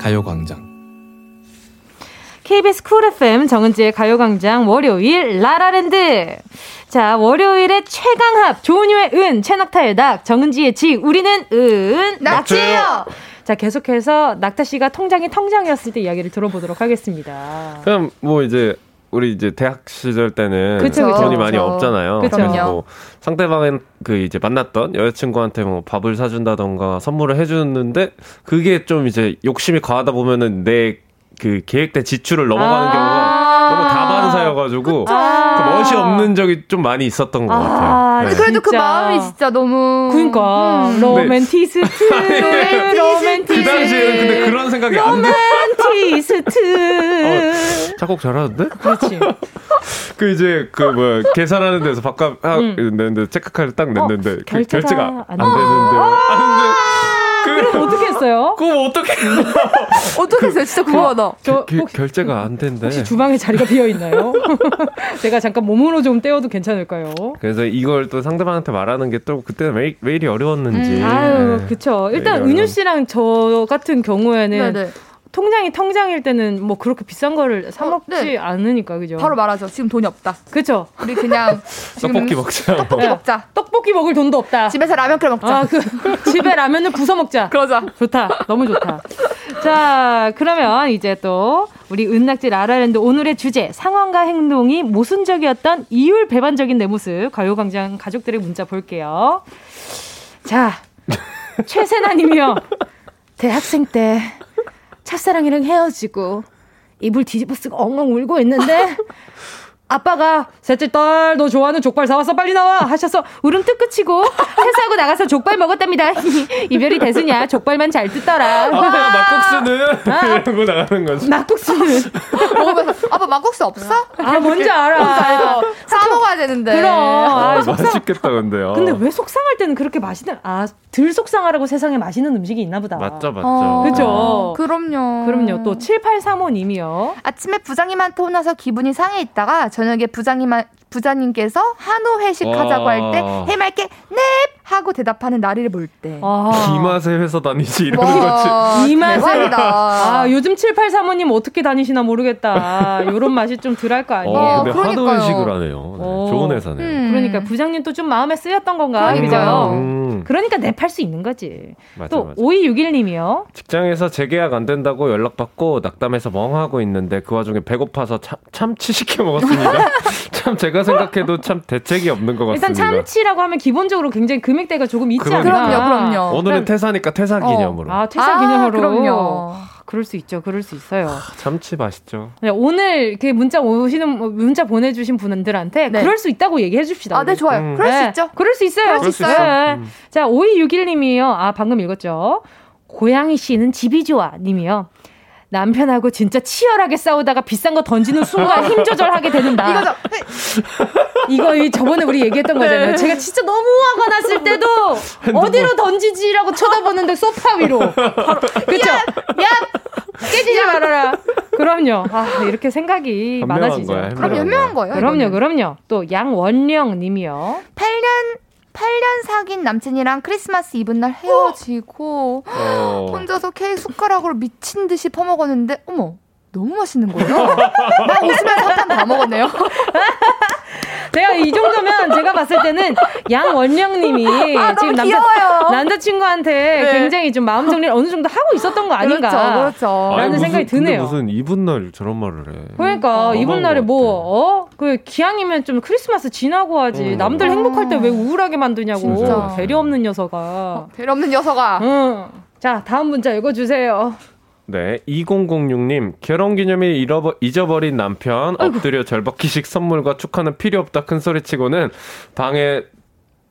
S13: 가요광장.
S1: KBS 쿨 FM 정은지의 가요광장 월요일 라라랜드. 자, 월요일의 최강합 조은유의 은, 최낙타의 낙, 정은지의 지, 우리는 은,
S11: 낙지예요.
S1: 자, 계속해서 낙타 씨가 통장이 통장이었을 때 이야기를 들어보도록 하겠습니다.
S10: 그럼 뭐 이제 우리 이제 대학 시절 때는
S1: 그쵸, 그쵸,
S10: 돈이
S1: 그쵸.
S10: 많이 없잖아요.
S1: 그쵸.
S10: 래서뭐 상대방은 그 이제 만났던 여자친구한테 뭐 밥을 사준다던가 선물을 해주는데 그게 좀 이제 욕심이 과하다 보면은 내 그 계획된 지출을 넘어가는
S1: 아.
S10: 경우가 너무 다반사여가지고 그 멋이 없는 적이 좀 많이 있었던 것 같아요. 네.
S11: 근데 그래도 그 마음이 진짜 너무.
S1: 그러니까 로맨티스트
S10: 그 당시에는 근데 그런 생각이 안 들.
S1: 로맨티스트.
S10: 작곡 잘하는데?
S1: 그렇지.
S10: 그 이제 그 뭐야 계산하는 데서 밥값 아, 냈는데 체크카드 딱 냈는데 그
S1: 어, 결제가
S10: 결제가
S1: 안
S10: 안
S1: 돼요.
S10: 되는데요. 아,
S1: 그럼 어떻게 했어요?
S10: 그럼 뭐 어떻게?
S1: 어떻게 했어요? 진짜 궁금하다. 저
S10: 게- 결제가 안 된대.
S1: 혹시 주방에 자리가 비어 있나요? 제가 잠깐 몸으로 좀 떼어도 괜찮을까요?
S10: 그래서 이걸 또 상대방한테 말하는 게 또 그때는 왜, 왜 이리 어려웠는지.
S1: 음, 아유,
S10: 네.
S1: 그쵸. 일단
S10: 이거는.
S1: 은유 씨랑 저 같은 경우에는
S11: 네네.
S1: 통장이 통장일 때는 뭐 그렇게 비싼 거를 사 먹지 않으니까 그죠?
S11: 어, 네. 바로 말하죠. 지금 돈이 없다.
S1: 그쵸? 네.
S11: 우리 그냥
S10: 떡볶이 먹자.
S11: 떡볶이 먹자.
S1: 떡볶이 먹을 돈도 없다.
S11: 집에서 라면 끓여 먹자.
S1: 아, 그 집에 라면을 부숴 먹자. 그러자. 좋다. 너무 좋다. 자, 그러면 이제 또 우리 은낙지 라라랜드 오늘의 주제 상황과 행동이 모순적이었던 이율 배반적인 내 모습 가요광장 가족들의 문자 볼게요. 자, 최세나님이요. 대학생 때 첫사랑이랑 헤어지고 이불 뒤집어쓰고 엉엉 울고 있는데 아빠가 셋째 딸 너 좋아하는 족발 사왔어 빨리 나와 하셔서 울음 뜨 끝이고 세수하고 나가서 족발 먹었답니다 이별이 대수냐 족발만 잘 뜯더라
S10: 아빠가 뭐. 막국수는
S1: 아!
S10: 이러고 나가는 거지.
S1: 막국수는
S11: 먹으면서 아빠 막국수 없어?
S1: 아, 뭔지 알아.
S11: 사 먹어야 되는데.
S1: 그럼. 아,
S10: 아,
S1: 속상-
S10: 맛있겠다 근데. 요
S1: 근데 왜 속상할 때는 그렇게 맛있는 아 덜 속상하라고 세상에 맛있는 음식이 있나 보다
S10: 맞죠, 맞죠.
S11: 어,
S1: 그죠
S11: 그럼요.
S1: 그럼요 또 7835님이요
S11: 아침에 부장님한테 혼나서 기분이 상해 있다가 저녁에 부장님 부장님께서 한우 회식하자고
S10: 와.
S11: 할 때 해맑게 넵 하고 대답하는 나리를 볼 때.
S1: 아.
S10: 이 맛에 회사 다니지
S1: 어,
S10: 이런
S11: 와.
S10: 거지.
S1: 이 맛에
S11: 대박이다. 음.
S1: 아 요즘 7835님 어떻게 다니시나 모르겠다 요런 맛이 좀 덜할 거 아니에요
S10: 어, 근데 하도 의식을 하네요. 네,
S1: 어.
S10: 좋은 회사네.
S11: 음.
S10: 요
S1: 그러니까 부장님도 좀 마음에 쓰였던 건가
S10: 그러니까요.
S1: 그죠?
S10: 음.
S1: 그러니까 내팔 수 있는 거지.
S10: 맞아,
S1: 또
S10: 맞아.
S1: 5261님이요.
S10: 직장에서 재계약 안 된다고 연락받고 낙담해서 멍하고 있는데 그 와중에 배고파서 참, 참치 시켜 먹었습니다. 참 제가 생각해도 참 대책이 없는 것 같습니다.
S1: 일단 참치라고 하면 기본적으로 굉장히 금액대가 조금 있지
S10: 그럼요.
S1: 않나.
S10: 그럼요, 그럼요. 오늘은 퇴사니까 퇴사 기념으로.
S1: 어, 아 퇴사
S11: 아,
S1: 기념으로.
S11: 그럼요.
S1: 아, 그럴 수 있죠. 그럴 수 있어요.
S10: 아, 참치 맛있죠.
S1: 그냥 오늘 이렇게 문자 오시는 문자 보내주신 분들한테 그럴 수 있다고 얘기해 줍시다.
S11: 아, 네, 좋아요.
S10: 음. 그럴 수
S11: 있죠.
S1: 그럴 수 있어요.
S10: 그럴 수 그럴 수 있어요. 있어요.
S1: 네.
S11: 음.
S1: 자, 5261님이요. 아, 방금 읽었죠. 고양이 씨는 집이 좋아 님이요. 남편하고 진짜 치열하게 싸우다가 비싼 거 던지는 순간 힘 조절하게 되는다.
S11: 이거죠.
S1: 이거 이 저번에 우리 얘기했던 거잖아요.
S11: 네.
S1: 제가 진짜 너무 화가 났을 때도 어디로 던지지라고 쳐다보는데 소파 위로. 그렇죠. 깨지지 말아라. 그럼요. 아, 이렇게 생각이
S11: 현명한
S1: 많아지죠.
S11: 거야, 현명한 그럼 현명한 거야. 거예요,
S1: 그럼요,
S11: 이거는.
S1: 그럼요. 또 양원령 님이요.
S11: 8년 8년 사귄 남친이랑 크리스마스 이브날 헤어지고
S10: 어.
S11: 혼자서 케이크 숟가락으로 미친 듯이 퍼먹었는데 어머 너무 맛있는 거예요. 나 웃으면서 한판 다 먹었네요.
S1: 내가 이 정도면 제가 봤을 때는 양원령님이
S11: 아, 너무
S1: 지금 남자
S11: 귀여워요.
S1: 남자친구한테
S11: 네.
S1: 굉장히 좀 마음 정리를 어느 정도 하고 있었던 거 아닌가?
S11: 그렇죠, 그렇죠.
S1: 라는
S10: 아니,
S1: 생각이
S10: 무슨- 근데
S1: 드네요.
S10: 무슨 이분 날 저런 말을 해.
S1: 그러니까 이번 날에 뭐어그 기왕이면 좀 크리스마스 지나고 하지
S10: 음.
S1: 남들 행복할 때 왜 우울하게 만드냐고 뭐
S11: 진짜.
S1: 배려 없는 녀석아.
S11: 어, 배려 없는 녀석아.
S1: 응. 자 다음 문자 읽어주세요.
S10: 네, 2006님 결혼 기념일 잃어버, 잊어버린 남편 엎드려 절박기식 선물과 축하는 필요 없다 큰 소리치고는 방에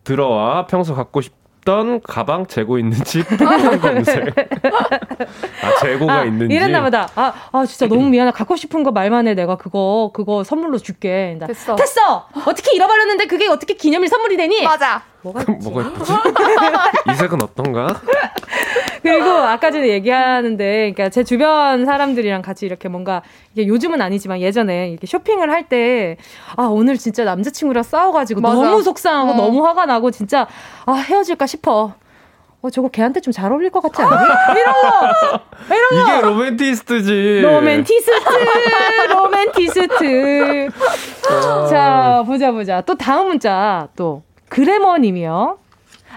S10: 들어와 평소 갖고 싶던 가방 재고 있는지 뚜껑 검색. 아 재고가
S1: 아,
S10: 있는지.
S1: 이랬나 보다. 아, 아, 진짜 너무 미안해. 갖고 싶은 거 말만 해. 내가 그거, 그거 선물로 줄게. 나,
S11: 됐어.
S1: 됐어! 어떻게 잃어버렸는데 그게 어떻게 기념일 선물이 되니?
S11: 맞아.
S1: 뭐가
S10: 뭐가 예쁘지? 이 색은 어떤가?
S1: 그 그리고 아까 전에 얘기하는데, 그러니까 제 주변 사람들이랑 같이 이렇게 뭔가 이게 요즘은 아니지만 예전에 이렇게 쇼핑을 할 때, 아 오늘 진짜 남자친구랑 싸워가지고
S12: 맞아.
S1: 너무 속상하고
S12: 어.
S1: 너무 화가 나고 진짜 아 헤어질까 싶어. 어 저거 걔한테 좀 잘 어울릴 것 같지 않니? 이런 거, 이런 거.
S10: 이게 로맨티스트지.
S1: 로맨티스트, 로맨티스트. 자, 보자, 보자. 또 다음 문자, 또. 그래머님이요.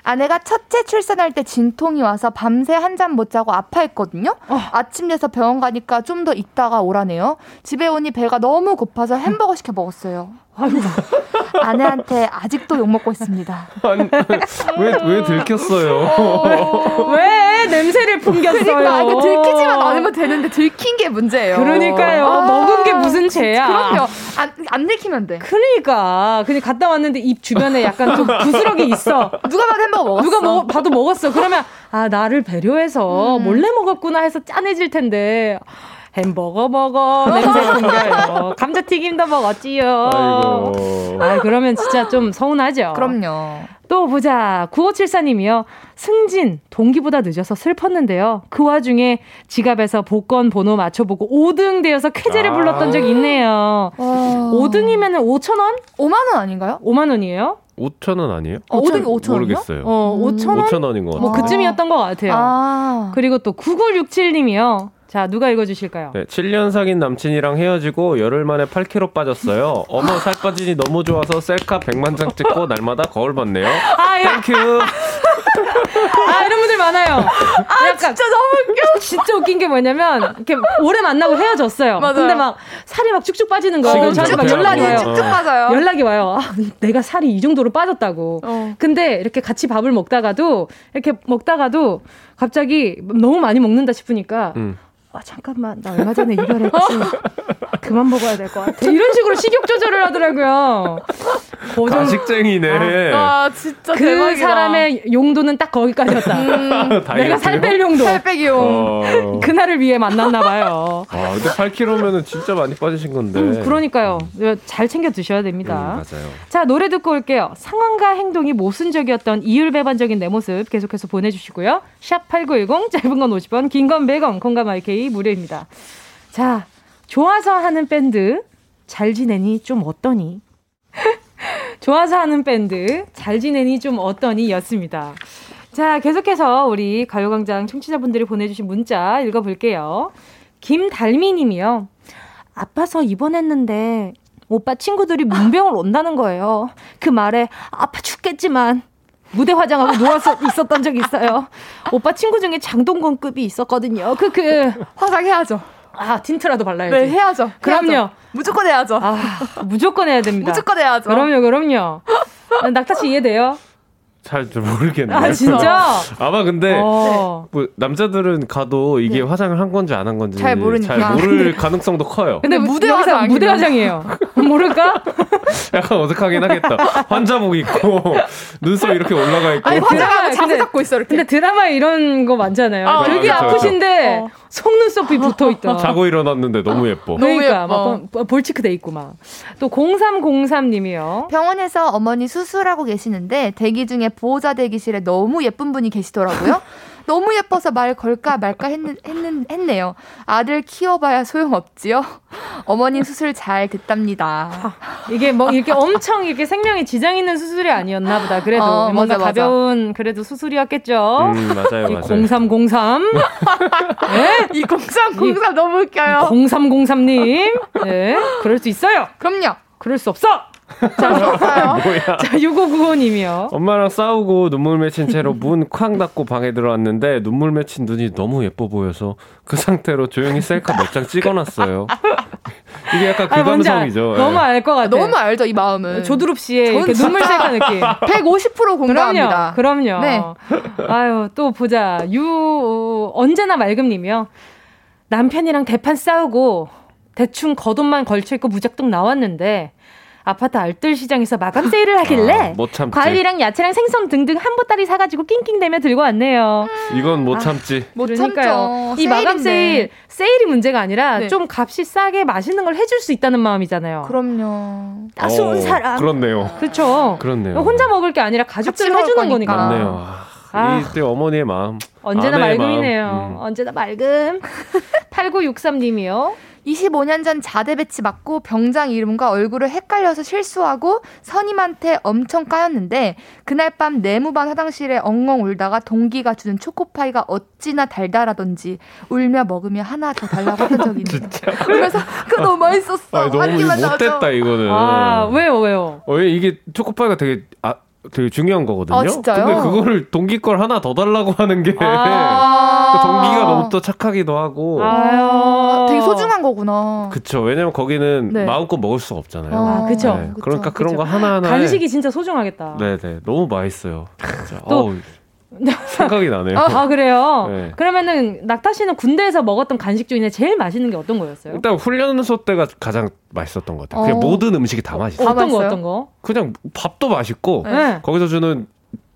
S11: 아내가 첫째 출산할 때 진통이 와서 밤새 한 잠 못 자고 아파했거든요. 아침 돼서 병원 가니까 좀 더 있다가 오라네요. 집에 오니 배가 너무 고파서 햄버거 시켜 먹었어요. 아내한테 아직도 욕 먹고 있습니다.
S10: 왜, 왜 들켰어요?
S1: 왜 냄새를 풍겼어요?
S11: 그러니까 이거 들키지만 않으면 되는데 들킨 게 문제예요.
S1: 그러니까요. 먹은 게 무슨
S11: 진짜.
S1: 죄야.
S11: 그럼요. 안, 안 들키면 돼.
S1: 그러니까. 근데 갔다 왔는데 입 주변에 약간 좀 부스럭이 있어.
S11: 누가 봐도 햄버거 먹었어.
S1: 누가 먹, 봐도 먹었어. 그러면, 아, 나를 배려해서
S11: 음.
S1: 몰래 먹었구나 해서 짠해질 텐데. 햄버거 먹어. 냄새 풍겨요. 감자튀김도 먹었지요.
S10: 아이고.
S1: 아, 그러면 진짜 좀 서운하죠?
S11: 그럼요.
S1: 또 보자. 9574님이요. 승진, 동기보다 늦어서 슬펐는데요. 그 와중에 지갑에서 복권 번호 맞춰보고 5등 되어서 쾌재를
S11: 아.
S1: 불렀던 적이 있네요.
S8: 어.
S11: 어.
S1: 5등이면 5,000원?
S11: 5만원 아닌가요?
S1: 5만원이에요?
S10: 5천원 아니에요?
S1: 어, 5등이
S10: 5천 원이요? 모르겠어요.
S1: 어, 5,000원?
S10: 5,000원인 것 같아요.
S1: 뭐 그쯤이었던 것 같아요.
S11: 아.
S1: 그리고 또 9967님이요. 자, 누가 읽어주실까요?
S10: 네, 7년 사귄 남친이랑 헤어지고 열흘 만에 8kg 빠졌어요. 어머 살 빠지니 너무 좋아서 셀카 100만 장 찍고 날마다 거울 봤네요.
S1: 아, 예.
S10: 땡큐.
S1: 아, 이런 분들 많아요. 약간 진짜 너무 웃겨. 진짜 웃긴 게 뭐냐면, 이렇게 오래 만나고 헤어졌어요.
S12: 맞아요.
S1: 근데 막 살이 막 쭉쭉 빠지는 거예요.
S12: 지금
S1: 그래서 저한테 막
S12: 쭉쭉
S1: 연락이 와요.
S12: 쭉쭉 빠져요.
S1: 연락이 와요. 아, 내가 살이 이 정도로 빠졌다고.
S12: 어.
S1: 근데 이렇게 같이 밥을 먹다가도, 이렇게 먹다가도 갑자기 너무 많이 먹는다 싶으니까, 아, 잠깐만, 나 얼마 전에 이별했지. 그만 먹어야 될 것 같아. 이런 식으로 식욕 조절을 하더라고요. 그 정도-
S10: 가식쟁이네.
S12: 아 진짜
S1: 그
S12: 대박이다. 음.
S1: 사람의 용도는 딱 거기까지였다. 내가 살 뺄
S10: 다이어트요?
S1: 용도.
S10: 살 빼기 용. 어.
S1: 그날을 위해 만났나 봐요.
S10: 아, 근데 8kg면은 진짜 많이 빠지신 건데.
S1: 음, 그러니까요. 잘 챙겨 드셔야 됩니다.
S10: 네. 음, 맞아요.
S1: 자, 노래 듣고 올게요. 상황과 행동이 모순적이었던 이율배반적인 내 모습 계속해서 보내주시고요. 샵8910, 짧은 건 50원, 긴 건 100원, 공감 IK 무료입니다. 자, 좋아서 하는 밴드, 잘 지내니 좀 어떠니? 좋아서 하는 밴드, 잘 지내니 좀 어떠니? 였습니다. 자, 계속해서 우리 가요광장 청취자분들이 보내주신 문자 읽어볼게요. 김달미 님이요. 아파서 입원했는데 오빠 친구들이 문병을 온다는 거예요. 그 말에 아파 죽겠지만 무대 화장하고 누워서 있었던 적이 있어요. 오빠 친구 중에 장동건급이 있었거든요. 그, 그.
S11: 화장해야죠.
S1: 아, 틴트라도 발라야지.
S11: 네, 해야죠.
S1: 그럼요. 아,
S11: 해야죠. 무조건 해야죠.
S1: 무조건 해야 됩니다.
S11: 무조건 해야죠.
S1: 그럼요, 그럼요. 낙타씨 이해돼요?
S10: 잘 모르겠네.
S1: 아, 진짜?
S10: 아마 근데
S11: 네.
S1: 어. 네.
S10: 뭐 남자들은 가도 이게 화장을 한 건지 안 한 건지
S1: 잘 모르니까.
S10: 잘 모를 가능성도 커요.
S1: 근데 무대 화장, 무대 화장이에요. 모를까?
S10: 약간 어색하긴 하겠다. 환자복 입고 눈썹 이렇게 올라가 있고.
S1: 자세 잡고 있어 이렇게. 네, 근데 드라마에 이런 거 많잖아요.
S10: 아,
S1: 되게
S10: 그렇죠,
S1: 아프신데 속눈썹이 붙어 있다.
S10: 자고 일어났는데 너무 예뻐.
S1: 그러니까 막 번- 벌칙 돼 있고 막. 또 0303님이요.
S11: 병원에서 어머니 수술하고 계시는데 대기 중에 보호자 대기실에 너무 예쁜 분이 계시더라고요. 너무 예뻐서 말 걸까 말까 했, 했, 했네요. 아들 키워봐야 소용없지요. 어머님 수술 잘 됐답니다.
S1: 이게 뭐 이렇게 엄청 이렇게 생명에 지장 있는 수술이 아니었나 보다. 그래도
S11: 어,
S1: 뭔가
S11: 맞아, 맞아.
S1: 가벼운 그래도 수술이었겠죠.
S10: 음, 맞아요,
S1: 이
S10: 맞아요.
S1: 0303. 이
S11: 0303 너무 웃겨요.
S1: 0303님. 네. 그럴 수 있어요.
S11: 그럼요.
S1: 그럴 수 없어. 뭐.
S10: 뭐야?
S1: 자, 6595님이요.
S10: 엄마랑 싸우고 눈물 맺힌 채로 문 쾅 닫고 방에 들어왔는데 눈물 맺힌 눈이 너무 예뻐 보여서 그 상태로 조용히 셀카 몇 장 찍어놨어요. 이게 약간 그
S11: 아니, 뭔지 알-
S10: 감성이죠.
S11: 너무
S10: 예.
S11: 알-
S1: 알 것 같아요. 네,
S11: 너무 알죠 이 마음은.
S1: 조두룹 씨의 이렇게 눈물 새가 느낌.
S11: 150% 공감합니다.
S1: 그럼요. 그럼요.
S11: 네.
S1: 아유, 또 보자. 유, 어, 언제나 맑음님이요. 남편이랑 대판 싸우고 대충 겉옷만 걸쳐입고 무작정 나왔는데 아파트 알뜰시장에서 마감 세일을
S10: 아,
S1: 하길래
S10: 못 참지.
S1: 과일이랑 야채랑 생선 등등 한 보따리 사가지고 낑낑대며 들고 왔네요.
S10: 이건
S1: 아,
S10: 못 참지.
S11: 음, 못
S1: 그러니까요.
S11: 참죠.
S1: 이 마감 세일,
S11: 세일인데.
S1: 세일이 문제가 아니라
S11: 네.
S1: 좀 값이 싸게 맛있는 걸 해줄 수 있다는 마음이잖아요.
S11: 그럼요.
S1: 따스운 아, 사람.
S10: 어, 그렇네요.
S1: 그렇죠.
S10: 그렇네요.
S1: 혼자 먹을 게 아니라 가족들
S11: 같이 먹을
S1: 해주는
S11: 거니까.
S1: 거니까.
S10: 맞네요. 아,
S1: 아.
S10: 이때 어머니의 마음.
S1: 언제나
S10: 아내의
S1: 맑음이네요.
S10: 마음. 음.
S1: 언제나 맑음. 8963님이요.
S11: 25년 전 자대 배치 맞고 병장 이름과 얼굴을 헷갈려서 실수하고 선임한테 엄청 까였는데 그날 밤 내무반 화장실에 엉엉 울다가 동기가 주는 초코파이가 어찌나 달달하던지 울며 먹으며 하나 더 달라고 했던 적이 있네요. 그래서 그거 너무 맛있었어.
S10: 아니,
S11: 한
S10: 너무 이거
S11: 끼만 나와줘.
S10: 못됐다 이거는.
S1: 아, 왜요, 왜요?
S10: 어, 왜 이게 초코파이가 되게 아 되게 중요한 거거든요.
S11: 아, 진짜요?
S10: 근데 그거를 동기 걸 하나 더 달라고 하는 게
S11: 아.
S10: 그 동기가 너무 또 착하기도 하고.
S11: 아, 되게 소중한 거구나.
S10: 그쵸. 왜냐면 거기는
S11: 네.
S10: 마음껏 먹을 수가 없잖아요.
S1: 아, 그쵸. 그쵸,
S10: 그러니까 그런 거 하나하나.
S1: 간식이 진짜 소중하겠다.
S10: 네네. 너무 맛있어요. 진짜.
S1: 또-
S10: 어우, 생각이 나네요.
S1: 아, 아, 그래요?
S10: 네.
S1: 그러면은 낙타 씨는 군대에서 먹었던 간식 중에 제일 맛있는 게 어떤 거였어요?
S10: 일단 훈련소 때가 가장 맛있었던 것 같아요. 그냥
S1: 어.
S10: 모든 음식이 다 맛있어요.
S1: 어떤 거 어떤 거?
S10: 그냥 밥도 맛있고
S1: 네.
S10: 거기서 주는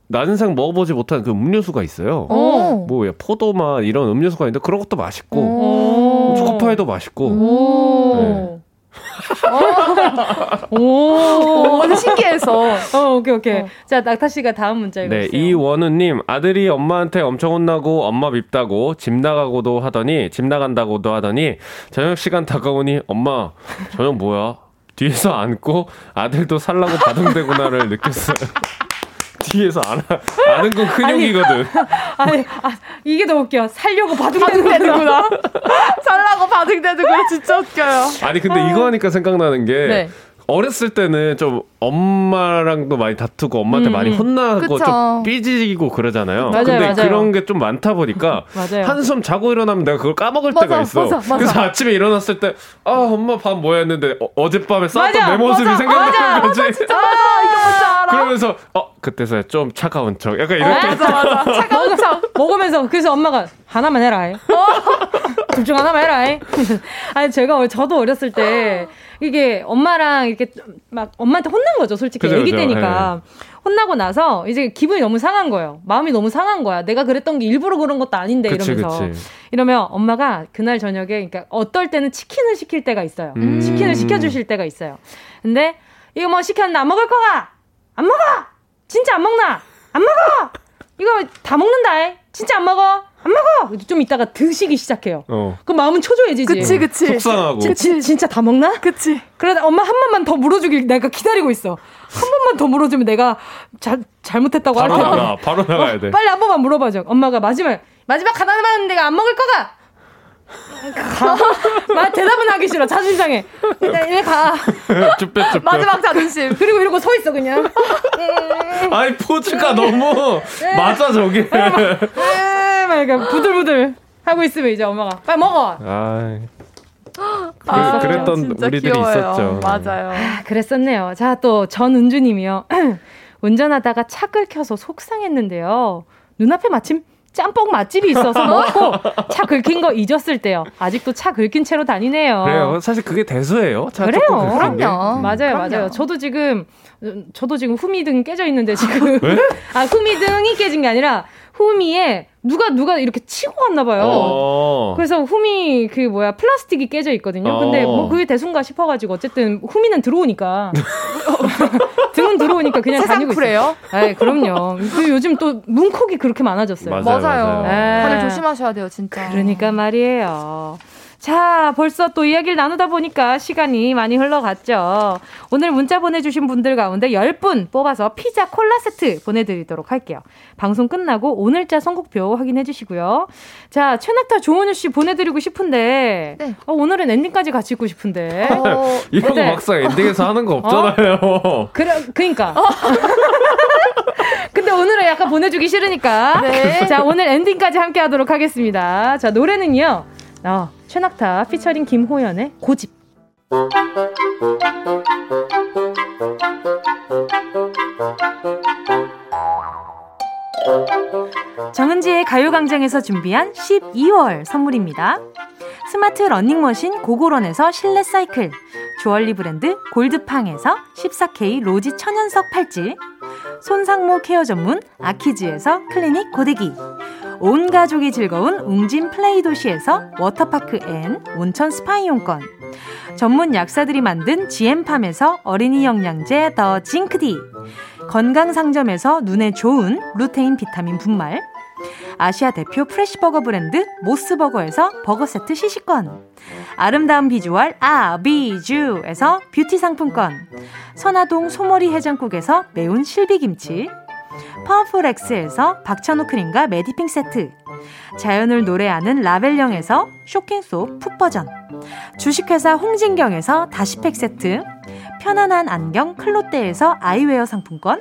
S10: 난생 먹어보지 못한 그 음료수가 있어요.
S1: 오.
S10: 뭐 야, 포도맛 이런 음료수가 있는데 그런 것도 맛있고 음. 초코파이도 맛있고
S1: 오.
S10: 네.
S1: 오.
S11: 완전 신기해서.
S1: 어, 오케이, 오케이. 자, 낙타 씨가 다음 문제 읽어.
S10: 네, 이원우님 아들이 엄마한테 엄청 혼나고 엄마 밉다고 집 나가고도 하더니 집 나간다고도 하더니 저녁 시간 다가오니 엄마 저녁 뭐야 뒤에서 안고 아들도 살라고 바둥대구나를 느꼈어요. 뒤에서 안 아는 건 큰형이거든.
S1: 아니, 아, 이게 더 웃겨. 살려고 바둥대는구나.
S11: 살라고 바둥대는구나. 진짜 웃겨요.
S10: 아니 근데 이거 하니까 생각나는 게
S11: 네.
S10: 어렸을 때는 좀 엄마랑도 많이 다투고 엄마한테
S1: 음,
S10: 많이
S1: 음.
S10: 혼나고
S1: 그쵸.
S10: 좀 삐지고 그러잖아요.
S1: 맞아요,
S10: 근데
S1: 맞아요.
S10: 그런 게 좀 많다 보니까
S1: 맞아요.
S10: 한숨 자고 일어나면 내가 그걸 까먹을
S1: 맞아,
S10: 때가 있어.
S1: 맞아, 맞아.
S10: 그래서 아침에 일어났을 때 아 엄마 밥 뭐야 했는데 어, 젯밤에 싸웠던
S1: 맞아,
S10: 내 모습이
S1: 맞아, 맞아,
S10: 생각나는 거지.
S1: 아, 이거 뭔지 알아. 아,
S10: 그러면서 어 그때서야 좀 차가운 척 약간 이렇게
S1: 차가운 척. 먹으면서 그래서 엄마가 하나만 해라.
S10: 어.
S1: 둘 중 하나만 해라. 아니 제가 어- 저도 어렸을 때 이게 엄마랑 이렇게 좀막 엄마한테 혼난 거죠. 솔직히
S12: 그죠, 예.
S1: 아기
S12: 그죠.
S1: 때니까. 혼나고 나서 이제 기분이 너무 상한 거예요. 마음이 너무 상한 거야. 내가 그랬던 게 일부러 그런 것도 아닌데
S12: 그치,
S1: 이러면서.
S12: 그치.
S1: 이러면 엄마가 그날 저녁에 그러니까 어떨 때는 치킨을 시킬 때가 있어요.
S12: 음.
S1: 치킨을 시켜 주실 때가 있어요. 근데 이거 뭐 시켰는데 안 먹을 거가? 안 먹어! 진짜 안 먹나? 안 먹어! 이거 다 먹는다. 에? 진짜 안 먹어. 안 먹어. 좀 이따가 드시기 시작해요.
S10: 어.
S1: 그럼 마음은 초조해지지.
S10: 그치, 그치. 속상하고.
S1: 그치, 진짜 다 먹나? 그치. 그러다 엄마 한 번만 더 물어주길 내가 기다리고 있어. 한 번만 더 물어주면 내가 잘 잘못했다고 할
S10: 바로
S1: 텐데.
S10: 나가 바로 나가야 돼.
S1: 빨리 한 번만 물어봐줘. 엄마가 마지막 마지막 하나만 하는데 내가 안 먹을 거가. 가. 마, 대답은 하기 싫어. 자존심상해. 일단 이리 가.
S10: 쭈뼛 쭈뼛.
S1: 자존심. 그리고 이러고 서 있어 그냥.
S10: 아니 포즈가 너무
S1: 네.
S10: 맞아 저게.
S1: 아, 막 이렇게 부들부들 하고 있으면 이제 엄마가 빨리 먹어.
S10: 아
S1: 아,
S10: 그, 그랬던 진짜 우리들이 귀여워요. 있었죠.
S1: 맞아요. 아, 그랬었네요. 자, 또 전은주님이요. 운전하다가 착을 켜서 속상했는데요. 눈앞에 마침 짬뽕 맛집이 있어서
S10: 뭐?
S1: 먹고 차 긁힌 거 잊었을 때요. 아직도 차 긁힌 채로 다니네요.
S10: 그래요. 사실 그게 대수예요. 차
S1: 그래요.
S10: 조금 긁힌 게.
S1: 맞아요, 맞아요. 저도 지금 음, 저도 지금 후미등 깨져 있는데 지금
S10: 왜?
S1: 아 후미등이 깨진 게 아니라 후미에 누가 누가 이렇게 치고 갔나 봐요.
S10: 어.
S1: 그래서 후미 그 뭐야 플라스틱이 깨져 있거든요. 근데
S10: 어.
S1: 뭐 그게 대순가 싶어가지고 어쨌든 후미는 들어오니까 등은 들어오니까 그냥
S11: 세상
S1: 다니고
S11: 쿨해요?
S1: 있어요. 네, 그럼요. 그 요즘 또 문콕이 그렇게 많아졌어요.
S11: 맞아요, 맞아요. 다들 조심하셔야 돼요, 진짜.
S1: 네. 그러니까 말이에요. 자, 벌써 또 이야기를 나누다 보니까 시간이 많이 흘러갔죠. 오늘 문자 보내주신 분들 가운데 10분 뽑아서 피자 콜라 세트 보내드리도록 할게요. 방송 끝나고 오늘자 선곡표 확인해 주시고요. 자, 최낙타 조원우 씨 보내드리고 싶은데,
S11: 네.
S1: 어, 오늘은 엔딩까지 같이 있고 싶은데.
S11: 어.
S1: 어?
S10: 이런 거
S1: 어때?
S10: 막상 엔딩에서 하는 거 없잖아요.
S1: 그래, 그니까. 근데 오늘은 약간 보내주기 싫으니까.
S11: 네.
S1: 자, 오늘 엔딩까지 함께 하도록 하겠습니다. 자, 노래는요. 어, 최낙타 피처링 김호연의 고집. 정은지의 가요광장에서 준비한 12월 선물입니다. 스마트 러닝머신 고고런에서 실내 사이클, 주얼리 브랜드 골드팡에서 14K 로지 천연석 팔찌, 손상모 케어 전문 아키즈에서 클리닉 고데기, 온 가족이 즐거운 웅진 플레이 도시에서 워터파크 앤 온천 스파 이용권, 전문 약사들이 만든 GM팜에서 어린이 영양제 더 징크디,
S14: 건강상점에서 눈에 좋은 루테인 비타민 분말 아시아 대표 프레시버거 브랜드 모스버거에서 버거 세트 시식권 아름다운 비주얼 아비주에서 뷰티 상품권 선화동 소머리 해장국에서 매운 실비김치 파워풀엑스에서 박찬호 크림과 메디핑 세트 자연을 노래하는 라벨령에서 쇼킹소 풋버전 주식회사 홍진경에서 다시팩 세트 편안한 안경 클로떼에서 아이웨어 상품권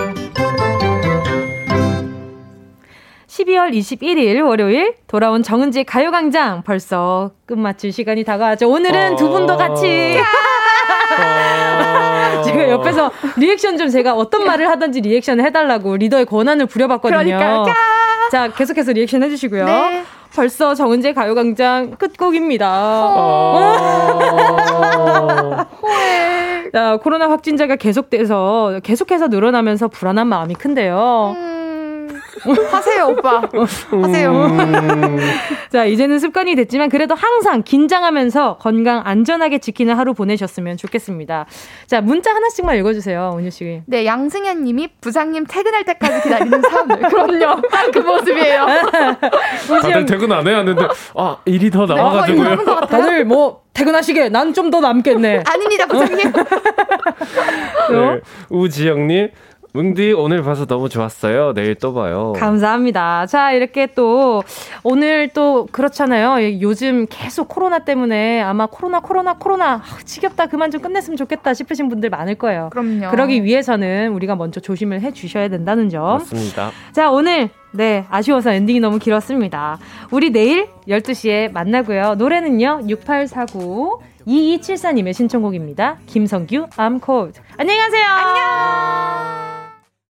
S1: 12월 21일 월요일 돌아온 정은지 가요광장 벌써 끝마칠 시간이 다가왔죠. 오늘은 두 분도 같이
S10: 아.
S1: 제가 옆에서 리액션 좀 제가 어떤 말을 하든지 리액션을 해달라고 리더의 권한을 부려봤거든요.
S14: 그러니까요.
S1: 자 계속해서 리액션 해주시고요.
S14: 네.
S1: 벌써 정은지 가요광장 끝곡입니다.
S10: 아.
S1: 어. 자, 어, 코로나 확진자가 계속돼서 계속해서 늘어나면서 불안한 마음이 큰데요.
S11: 음, 하세요, 오빠. 하세요.
S1: 음. 자, 이제는 습관이 됐지만 그래도 항상 긴장하면서 건강 안전하게 지키는 하루 보내셨으면 좋겠습니다. 자, 문자 하나씩만 읽어주세요, 은유 씨.
S11: 네, 양승현 님이 부장님 퇴근할 때까지 기다리는 사람들. 그럼요. 딱 그 모습이에요.
S10: 다들 퇴근 안 해야 하는데 아 일이 더
S1: 네, 어,
S10: 나와가지고요.
S1: 다들 뭐 퇴근하시게 난 좀 더 남겠네.
S11: 아닙니다, 부장님.
S10: 네. 우지영님, 뭉디 오늘 봐서 너무 좋았어요. 내일 또 봐요.
S1: 감사합니다. 자, 이렇게 또 오늘 또 그렇잖아요. 예, 요즘 계속 코로나 때문에 아마 코로나, 코로나, 코로나 아, 지겹다. 그만 좀 끝냈으면 좋겠다 싶으신 분들 많을 거예요.
S11: 그럼요.
S1: 그러기 위해서는 우리가 먼저 조심을 해 주셔야 된다는 점.
S10: 맞습니다.
S1: 자, 오늘 네, 아쉬워서 엔딩이 너무 길었습니다. 우리 내일 12시에 만나고요. 노래는요. 6849 2274님의 신청곡입니다. 김성규 암코드. 안녕히 가세요. 안녕.